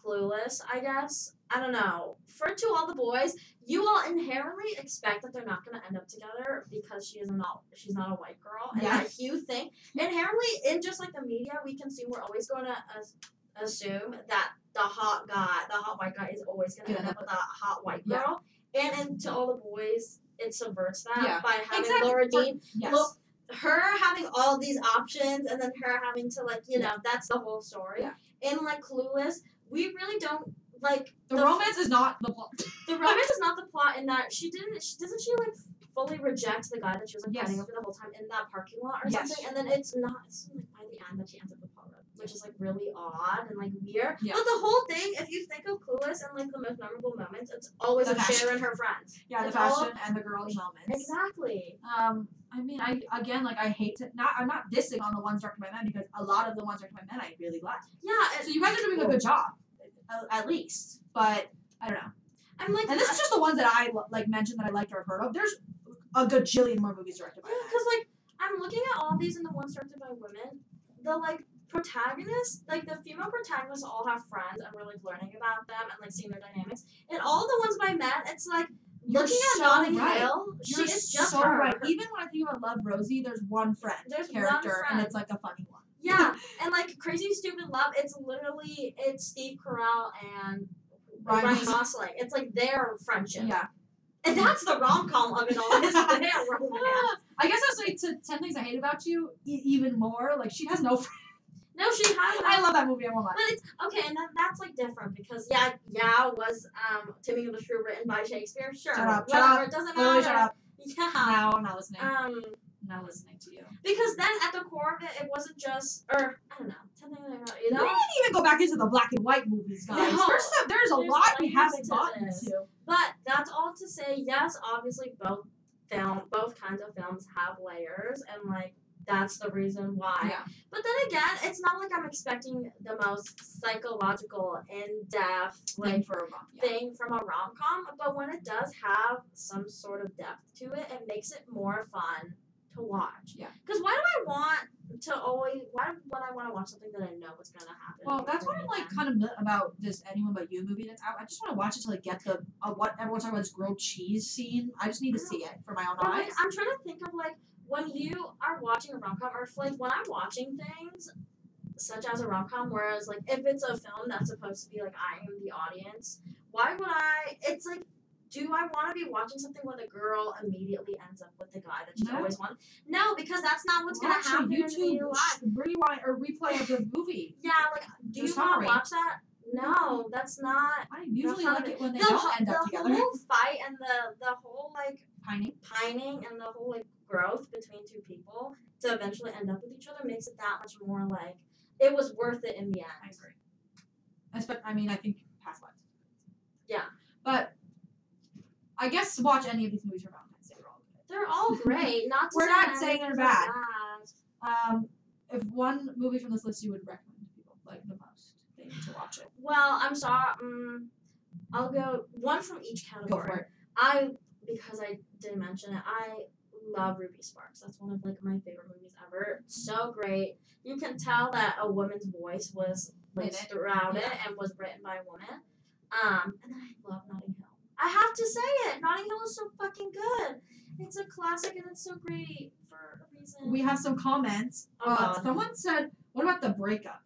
Speaker 1: clueless, I guess. I don't know. For to all the boys, you all inherently expect that they're not gonna end up together because she is not she's not a white girl. And
Speaker 2: Yeah.
Speaker 1: that you think inherently in just like the media we consume, we're always gonna as- assume that the hot guy, the hot white guy is always gonna
Speaker 2: Gonna
Speaker 1: end up with a hot white
Speaker 2: Yeah.
Speaker 1: girl. And in to all the boys, it subverts that
Speaker 2: Yeah.
Speaker 1: by having
Speaker 2: Exactly.
Speaker 1: Laura
Speaker 2: For-
Speaker 1: Dean
Speaker 2: Yes.
Speaker 1: Look, her having all these options and then her having to like you know that's the whole story
Speaker 2: Yeah.
Speaker 1: in like clueless we really don't like
Speaker 2: the,
Speaker 1: the-
Speaker 2: romance is not the plot.
Speaker 1: the romance is not the plot in that she didn't she doesn't she like fully reject the guy that she was like
Speaker 2: Yes.
Speaker 1: fighting over the whole time in that parking lot or
Speaker 2: Yes.
Speaker 1: something and then it's not it's like by the end that she ends up with Paul Rudd which is like really odd and like weird
Speaker 2: Yeah.
Speaker 1: but the whole thing if you think of clueless and like the most memorable moments it's always
Speaker 2: The
Speaker 1: with
Speaker 2: fashion.
Speaker 1: Cher and her friends
Speaker 2: Yeah, the
Speaker 1: It's all-
Speaker 2: fashion and the girlish elements.
Speaker 1: exactly
Speaker 2: Um, I mean, I again, like, I hate to not. I'm not dissing on the ones directed by men because a lot of the ones directed by men I really like.
Speaker 1: yeah
Speaker 2: So
Speaker 1: and
Speaker 2: you guys are doing a good job, at- at least. But I don't know.
Speaker 1: I'm like
Speaker 2: And this is just the ones that I like mentioned that I liked or heard of. There's a gajillion more movies directed by men.
Speaker 1: because like I'm looking at all these and the ones directed by women, the like protagonists, like the female protagonists, all have friends and we're like learning about them and like seeing their dynamics. And all the ones by men, it's like
Speaker 2: You're
Speaker 1: looking
Speaker 2: so
Speaker 1: at Notting
Speaker 2: right.
Speaker 1: Hill, she
Speaker 2: You're
Speaker 1: is just
Speaker 2: so
Speaker 1: her.
Speaker 2: right. Even when I think about Love Rosie, there's one friend
Speaker 1: There's one
Speaker 2: character, and
Speaker 1: friend.
Speaker 2: it's like a funny one. (laughs)
Speaker 1: Yeah, and like Crazy Stupid Love, it's literally it's Steve Carell and
Speaker 2: Ryan
Speaker 1: Ryan
Speaker 2: Gosling.
Speaker 1: Gosling. It's like their friendship.
Speaker 2: Yeah.
Speaker 1: And that's the rom com of it all.
Speaker 2: (laughs)
Speaker 1: Is their romance.
Speaker 2: Ah, I guess I'll say to Ten Things I Hate About You e- even more. Like she has no friends.
Speaker 1: No, she has.
Speaker 2: I love that movie. I won't lie.
Speaker 1: But it's okay, and then that's like different because yeah, yeah was um Timmy of the Shrew written by Shakespeare. Sure,
Speaker 2: Shut up, shut
Speaker 1: whatever,
Speaker 2: up.
Speaker 1: it doesn't matter.
Speaker 2: Literally, shut up.
Speaker 1: Yeah.
Speaker 2: No, I'm not listening.
Speaker 1: Um,
Speaker 2: I'm not listening to you.
Speaker 1: because then at the core of it, it wasn't just or I don't know, something like that, you
Speaker 2: We
Speaker 1: know.
Speaker 2: didn't even go back into the black and white movies, guys.
Speaker 1: No.
Speaker 2: There's, some, there's a
Speaker 1: There's
Speaker 2: lot we
Speaker 1: layers
Speaker 2: haven't
Speaker 1: to
Speaker 2: gotten
Speaker 1: this.
Speaker 2: to.
Speaker 1: But that's all to say, yes, obviously both film, both kinds of films have layers, and like that's the reason why.
Speaker 2: Yeah.
Speaker 1: But then again, it's not like I'm expecting the most psychological, in depth, like
Speaker 2: Like for a month. Yeah.
Speaker 1: thing from a rom com, but when it does have some sort of depth to it, it makes it more fun to watch.
Speaker 2: Yeah.
Speaker 1: Because why do I want to always? Why would I want to watch something that I know what's gonna happen?
Speaker 2: Well, that's
Speaker 1: before
Speaker 2: what I'm
Speaker 1: the
Speaker 2: like
Speaker 1: end?
Speaker 2: kind of bit about this anyone but you movie that's out. I just want to watch it to like get the uh, what everyone's talking about this grilled cheese scene. I just need to see it for my own
Speaker 1: But, like,
Speaker 2: eyes.
Speaker 1: I'm trying to think of like when you are watching a rom com, or if, like when I'm watching things such as a rom com, whereas like if it's a film that's supposed to be like I am the audience, why would I? It's like. Do I want to be watching something where the girl immediately ends up with the guy that she
Speaker 2: No.
Speaker 1: always wanted? No, because that's not what's gonna
Speaker 2: Watch a
Speaker 1: happen in
Speaker 2: YouTube
Speaker 1: real life.
Speaker 2: sh- rewind or replay of the movie.
Speaker 1: Yeah, like, do
Speaker 2: The
Speaker 1: you want
Speaker 2: summary.
Speaker 1: to watch that? No, that's not.
Speaker 2: I usually
Speaker 1: not
Speaker 2: like it when they
Speaker 1: the
Speaker 2: don't
Speaker 1: whole-
Speaker 2: end up
Speaker 1: the
Speaker 2: together.
Speaker 1: whole fight and the the whole like
Speaker 2: Pining.
Speaker 1: pining and the whole like growth between two people to eventually end up with each other makes it that much more like it was worth it in the end.
Speaker 2: I agree. I, spe- I mean, I think past lives.
Speaker 1: Yeah.
Speaker 2: But I guess watch any of these movies for Valentine's Day. They're all good.
Speaker 1: They're
Speaker 2: (laughs)
Speaker 1: all great. Not to
Speaker 2: We're
Speaker 1: say
Speaker 2: not
Speaker 1: that
Speaker 2: saying they're
Speaker 1: anything's
Speaker 2: bad.
Speaker 1: bad.
Speaker 2: Um, if one movie from this list you would recommend to people like the most, they need to watch it.
Speaker 1: Well, I'm sorry. Um, I'll go one from each category.
Speaker 2: Go for it.
Speaker 1: I because I didn't mention it, I love Ruby Sparks. That's one of like my favorite movies ever. So great. You can tell that a woman's voice was
Speaker 2: In
Speaker 1: laced
Speaker 2: it.
Speaker 1: throughout it
Speaker 2: Yeah.
Speaker 1: and was written by a woman. Um, and then I love Notting Hill. I have to say it. Notting Hill is so fucking good. It's a classic and it's so great for a reason.
Speaker 2: We have some comments.
Speaker 1: Oh,
Speaker 2: Uh,
Speaker 1: God.
Speaker 2: someone said, "What about the breakup?"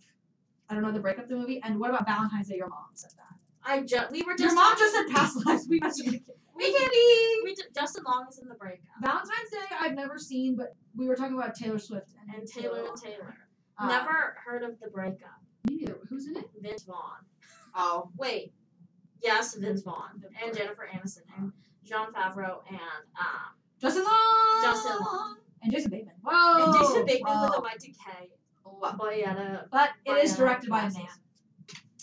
Speaker 2: I don't know the breakup the movie, and what about Valentine's Day? Your mom said that.
Speaker 1: I ju- we were just
Speaker 2: Your mom
Speaker 1: talking-
Speaker 2: just said past lives. We mentioned it.
Speaker 1: we can we ju- Justin Long is in the breakup
Speaker 2: Valentine's Day. I've never seen, but we were talking about Taylor Swift and,
Speaker 1: and Taylor and
Speaker 2: Lautner.
Speaker 1: Taylor.
Speaker 2: Uh,
Speaker 1: Never heard of the breakup.
Speaker 2: Me neither. Who's in it?
Speaker 1: Vince Vaughn.
Speaker 2: Oh,
Speaker 1: Wait. Yes,
Speaker 2: Mm-hmm.
Speaker 1: Vince Vaughn and Jennifer Aniston and John Favreau and um
Speaker 2: Justin Long.
Speaker 1: Justin Long.
Speaker 2: And Jason Bateman. Whoa.
Speaker 1: and Jason Bateman
Speaker 2: whoa.
Speaker 1: with a Y2K.
Speaker 2: Whoa.
Speaker 1: Boyetta.
Speaker 2: But it is
Speaker 1: Boyetta
Speaker 2: directed by a
Speaker 1: glasses.
Speaker 2: man.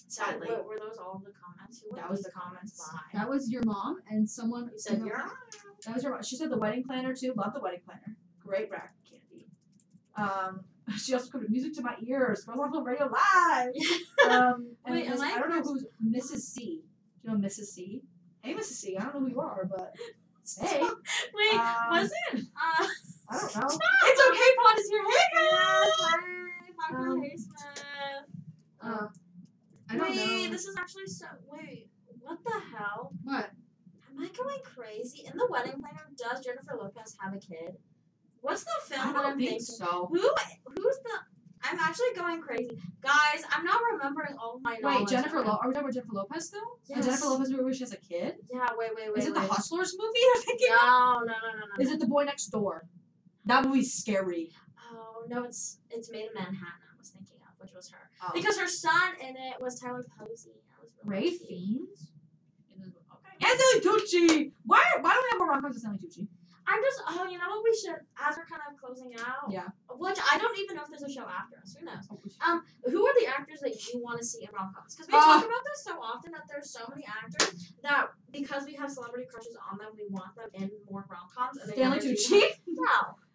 Speaker 1: So
Speaker 2: Sadly.
Speaker 1: were, were those all the comments? Who were
Speaker 2: That was
Speaker 1: these
Speaker 2: the comments.
Speaker 1: by?
Speaker 2: That was your mom and someone.
Speaker 1: You said you're
Speaker 2: That was her. mom. She said the wedding planner too. Love the wedding planner. Great rack candy. Um, (laughs) she also put music to my ears. Girls on Home
Speaker 1: (laughs)
Speaker 2: Radio live. Um, and
Speaker 1: Wait, am
Speaker 2: this-
Speaker 1: I
Speaker 2: I don't know who's Mrs. C. Do you know Mrs. C? Hey, Mrs. C. I don't know who you are, but
Speaker 1: (laughs)
Speaker 2: hey.
Speaker 1: Wait,
Speaker 2: um,
Speaker 1: was it? Uh, (laughs)
Speaker 2: I don't know.
Speaker 1: it's okay, Pod is here. Hey guys! Hi, Michael
Speaker 2: Um,
Speaker 1: Hayes Smith.
Speaker 2: Uh, I don't
Speaker 1: Wait,
Speaker 2: no.
Speaker 1: this is actually so. Wait, what the hell?
Speaker 2: What?
Speaker 1: Am I going crazy? In the wedding planner, does Jennifer Lopez have a kid? What's the film that
Speaker 2: I don't
Speaker 1: I'm
Speaker 2: think
Speaker 1: thinking?
Speaker 2: so.
Speaker 1: Who? Who's the? I'm actually going crazy, guys. I'm not remembering all of my knowledge.
Speaker 2: Wait, Jennifer. Lo- are we talking about Jennifer Lopez though? The
Speaker 1: Yes.
Speaker 2: Jennifer Lopez movie where she has a kid.
Speaker 1: Yeah. Wait. Wait. Wait.
Speaker 2: Is it the
Speaker 1: wait.
Speaker 2: Hustlers movie? (laughs) You're thinking? of?
Speaker 1: No. No. No. No. No.
Speaker 2: Is it the Boy Next Door? That movie's scary.
Speaker 1: Oh no! It's it's made in Manhattan. I was thinking of, which was her
Speaker 2: Oh.
Speaker 1: because her son in it was Tyler Posey. That was really
Speaker 2: Ray
Speaker 1: cute.
Speaker 2: Fiends. And Stanley Tucci. Why? Why don't we have more rom coms with Stanley Tucci?
Speaker 1: I'm just oh, you know what we should as we're kind of closing out.
Speaker 2: Yeah.
Speaker 1: Which I don't even know if there's a show after us. Who knows? Um, who are the actors that you want to see in rom coms? Because we
Speaker 2: Uh.
Speaker 1: talk about this so often that there's so many actors that because we have celebrity crushes on them, we want them in more rom coms.
Speaker 2: Stanley Tucci.
Speaker 1: No.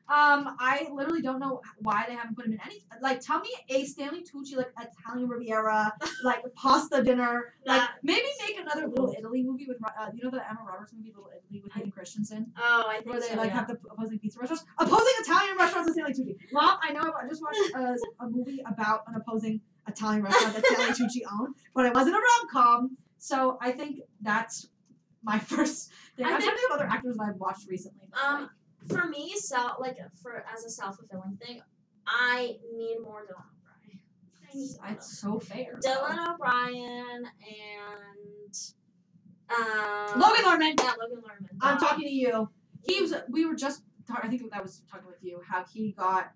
Speaker 2: Um, I literally don't know why they haven't put him in any. Like, tell me a Stanley Tucci like
Speaker 1: (laughs)
Speaker 2: Italian Riviera, like pasta dinner. Like,
Speaker 1: That-
Speaker 2: maybe make another Little Italy movie with Ro- uh, you know the Emma Roberts movie Little Italy with Hayden Christensen,
Speaker 1: Oh, I think
Speaker 2: where they
Speaker 1: so.
Speaker 2: like
Speaker 1: yeah.
Speaker 2: have the opposing pizza restaurants, opposing Italian restaurants with Stanley Tucci. Mom, I know I just watched a, a movie about an opposing Italian restaurant that Stanley Tucci owned, but it wasn't a rom com. So I think that's my (laughs) first thing.
Speaker 1: I
Speaker 2: I'm
Speaker 1: think-
Speaker 2: trying to think of other actors that I've watched recently. but,
Speaker 1: Um,
Speaker 2: like,
Speaker 1: for me, so like for as a self fulfilling thing, I need more Dylan O'Brien. I need
Speaker 2: it's- it's so fair. though.
Speaker 1: Dylan O'Brien and um
Speaker 2: Logan Lerman.
Speaker 1: Yeah, Logan Lerman.
Speaker 2: I'm
Speaker 1: Duh.
Speaker 2: talking to you. He was. We were just. Talk, I think that was talking with you. How he got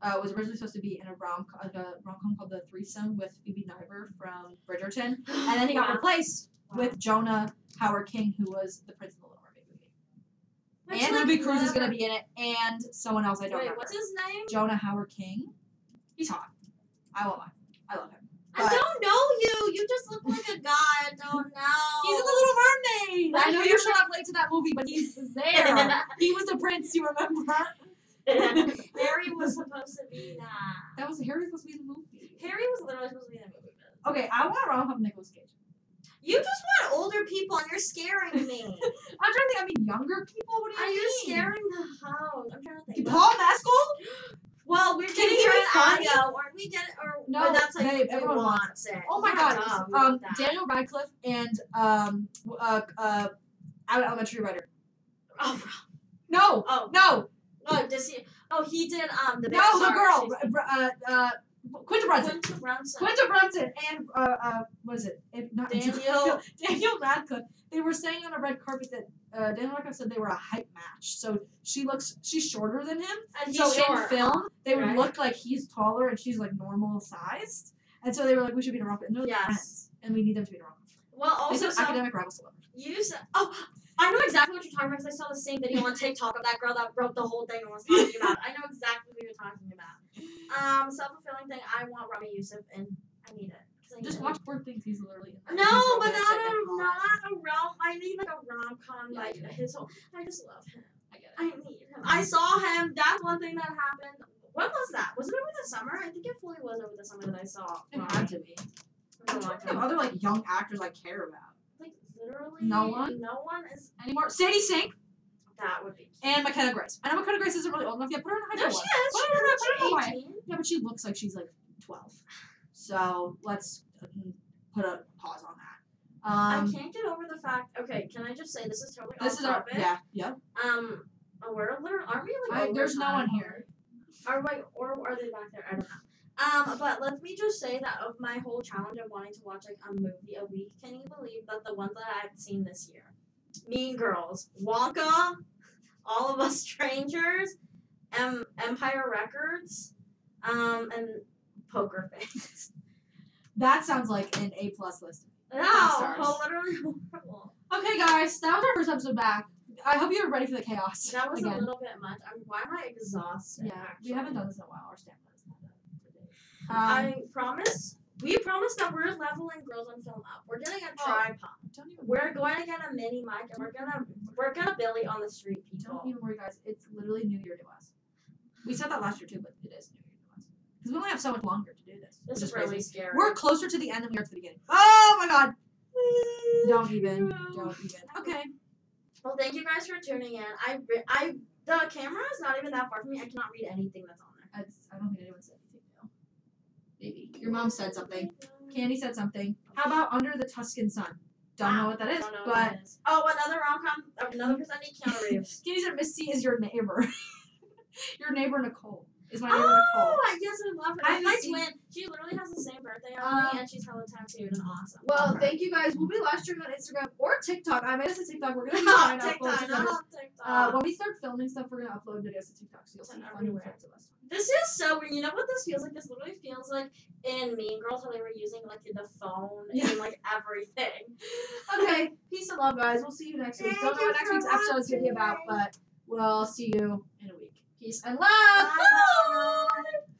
Speaker 2: uh, was originally supposed to be in a rom like a rom com called The Threesome with Phoebe Nyberg from Bridgerton, and then he
Speaker 1: (gasps)
Speaker 2: got
Speaker 1: Wow.
Speaker 2: replaced with Jonah Howard King, who was the Prince of the Little Mermaid movie.
Speaker 1: Which,
Speaker 2: and
Speaker 1: like,
Speaker 2: Ruby Cruz is
Speaker 1: whatever.
Speaker 2: gonna be in it, and someone else I don't
Speaker 1: Wait,
Speaker 2: remember.
Speaker 1: what's his name?
Speaker 2: Jonah Howard King. He's hot. I won't lie. I love him.
Speaker 1: I
Speaker 2: But-
Speaker 1: don't know you. You just look like a guy. I don't know.
Speaker 2: He's in the Little Mermaid. I
Speaker 1: I
Speaker 2: know
Speaker 1: hear
Speaker 2: you showed up late to that movie,
Speaker 1: (laughs)
Speaker 2: but he's (laughs) there. he was the prince. You remember?
Speaker 1: (laughs) Harry was supposed to be that.
Speaker 2: That was Harry supposed to be in the movie.
Speaker 1: Harry was literally supposed to be in the movie. but-
Speaker 2: Okay, I want a rom com Nicolas Cage.
Speaker 1: You just want older people, and you're scaring
Speaker 2: (laughs)
Speaker 1: me.
Speaker 2: I'm trying to think. I mean, younger people. What do
Speaker 1: Are
Speaker 2: you
Speaker 1: you
Speaker 2: mean?
Speaker 1: scaring the house? I'm trying to think.
Speaker 2: Paul Mescal?
Speaker 1: Well, we're
Speaker 2: Can
Speaker 1: getting
Speaker 2: he
Speaker 1: her
Speaker 2: be
Speaker 1: an
Speaker 2: funny?
Speaker 1: audio, or we get, or
Speaker 2: No,
Speaker 1: but that's like
Speaker 2: babe,
Speaker 1: we
Speaker 2: everyone
Speaker 1: want
Speaker 2: wants
Speaker 1: it.
Speaker 2: Oh my
Speaker 1: Yeah,
Speaker 2: God!
Speaker 1: no, we
Speaker 2: Um,
Speaker 1: want that.
Speaker 2: Daniel Radcliffe and um, w- uh, uh, out elementary writer.
Speaker 1: Oh,
Speaker 2: No,
Speaker 1: oh,
Speaker 2: no,
Speaker 1: oh, does he? Oh, he did um the
Speaker 2: no, the
Speaker 1: Sorry,
Speaker 2: girl.
Speaker 1: excuse me.
Speaker 2: r- r- Uh, uh, Quinta Brunson.
Speaker 1: Quinta Brunson.
Speaker 2: Quinta Brunson and uh, uh, what is it? If not (laughs)
Speaker 1: Daniel-
Speaker 2: Daniel Radcliffe. They were saying on a red carpet that uh, Daniel Radcliffe said they were a hype match. So she looks, she's shorter than him.
Speaker 1: and
Speaker 2: so
Speaker 1: he's short.
Speaker 2: in film, they would
Speaker 1: Right.
Speaker 2: look like he's taller and she's like normal sized, and so they were like, "We should be in a rock." And they're
Speaker 1: Yes.
Speaker 2: friends, and we need them to be in a rock.
Speaker 1: Well, also
Speaker 2: Also,
Speaker 1: so
Speaker 2: academic rivals. to love.
Speaker 1: you said. Oh, I know exactly what you're talking about because I saw the same video on TikTok of that girl that wrote the whole thing and was talking about. it. I know exactly what you're talking about. Um, self fulfilling thing. I want Rami Yusuf, and I need it. 'cause I need
Speaker 2: Just
Speaker 1: it.
Speaker 2: watch poor things. He's literally in
Speaker 1: No,
Speaker 2: that. He's
Speaker 1: but
Speaker 2: romantic
Speaker 1: not a
Speaker 2: and hot.
Speaker 1: not a rom. I need like a rom com
Speaker 2: Yeah,
Speaker 1: like
Speaker 2: you know.
Speaker 1: his whole. I just love him.
Speaker 2: I get it.
Speaker 1: I need him. I saw him. That's one thing that happened. When was that? Was it over the summer? I think it fully was over the summer that I saw. Ron.
Speaker 2: It had to be.
Speaker 1: It
Speaker 2: I'm
Speaker 1: was a long
Speaker 2: trying to think of
Speaker 1: time.
Speaker 2: other like young actors I care about
Speaker 1: Like literally,
Speaker 2: No one?
Speaker 1: No one is.
Speaker 2: anymore. Sadie Sink
Speaker 1: That would be.
Speaker 2: and McKenna Grace. I know McKenna Grace isn't really old enough yet. Put her in a high
Speaker 1: No, she
Speaker 2: school
Speaker 1: is.
Speaker 2: one.
Speaker 1: She
Speaker 2: Put her in a-
Speaker 1: was
Speaker 2: put her in a high-
Speaker 1: actually 18.
Speaker 2: Yeah, but she looks like she's like twelve. So let's uh, put a pause on that. Um,
Speaker 1: I can't get over the fact. Okay, can I just say this is totally
Speaker 2: this
Speaker 1: off
Speaker 2: is our
Speaker 1: topic?
Speaker 2: yeah yeah.
Speaker 1: Um, oh, we're literally aren't we like
Speaker 2: I,
Speaker 1: over
Speaker 2: there's no
Speaker 1: time
Speaker 2: one
Speaker 1: already?
Speaker 2: here.
Speaker 1: Or wait, or are they back there? I don't know. Um, but let me just say that of my whole challenge of wanting to watch like a movie a week, can you believe that the ones that I've seen this year, Mean Girls, Wonka, All of Us Strangers, M- Empire Records, um, and Poker Face. (laughs)
Speaker 2: That sounds like an A plus list.
Speaker 1: no,
Speaker 2: Five
Speaker 1: oh,
Speaker 2: stars.
Speaker 1: literally (laughs) horrible.
Speaker 2: Okay, guys, that was our first episode back. I hope you're ready for the chaos.
Speaker 1: That was a
Speaker 2: again.
Speaker 1: little bit much. I'm, why am I exhausted?
Speaker 2: yeah.
Speaker 1: actually?
Speaker 2: We haven't done this in a while. Our stamina is not up. Um,
Speaker 1: I promise. We promise that we're leveling girls on film up. We're getting a
Speaker 2: Oh.
Speaker 1: tripod.
Speaker 2: don't even worry.
Speaker 1: We're going to get a mini mic and we're gonna we're gonna Billy on the street
Speaker 2: Don't
Speaker 1: people.
Speaker 2: even worry, guys. It's literally New Year to us. We said that last year too, but it is New Year to us because we only have so much longer to do this.
Speaker 1: This
Speaker 2: which
Speaker 1: is
Speaker 2: crazy.
Speaker 1: really scary.
Speaker 2: We're closer to the end than we are to the beginning. Oh my God! Don't even. Don't even. Okay.
Speaker 1: Well, thank you guys for tuning in. I re- I the camera is not even that far from me. I cannot read anything that's on there.
Speaker 2: I, I don't think anyone said anything. though. Maybe your mom said something. Candy said something. How about Under the Tuscan Sun? Don't know
Speaker 1: Wow.
Speaker 2: what that is,
Speaker 1: Don't know what
Speaker 2: but
Speaker 1: that is. oh, another rom com, another person named
Speaker 2: (laughs)
Speaker 1: Keanu Reeves.
Speaker 2: Candy said Miss C is your neighbor. (laughs) your neighbor Nicole is my neighbor Nicole.
Speaker 1: oh, I guess I love her.
Speaker 2: I
Speaker 1: That's my
Speaker 2: see.
Speaker 1: twin. She literally has the same birthday as
Speaker 2: Um,
Speaker 1: me, and she's hella tattooed and awesome.
Speaker 2: Well,
Speaker 1: Love her.
Speaker 2: thank you guys. We'll be live streaming on Instagram or TikTok. I made us a TikTok. We're (laughs) gonna be
Speaker 1: Oh,
Speaker 2: trying to upload
Speaker 1: TikTok,
Speaker 2: some videos.
Speaker 1: not TikTok.
Speaker 2: Uh, when we start filming stuff, we're gonna upload videos to TikTok. So you'll see
Speaker 1: And
Speaker 2: fun
Speaker 1: everywhere.
Speaker 2: clips of us.
Speaker 1: This is so weird. You know what this feels like? This literally feels like in Mean Girls how they were using like the phone
Speaker 2: Yeah.
Speaker 1: and like
Speaker 2: (laughs)
Speaker 1: everything.
Speaker 2: Okay, peace and love, guys. We'll see you next week.
Speaker 1: Thank
Speaker 2: Don't know
Speaker 1: you
Speaker 2: what next
Speaker 1: for
Speaker 2: week's episode is gonna be about,
Speaker 1: watching.
Speaker 2: but we'll see you in a week. Peace and love.
Speaker 1: Bye.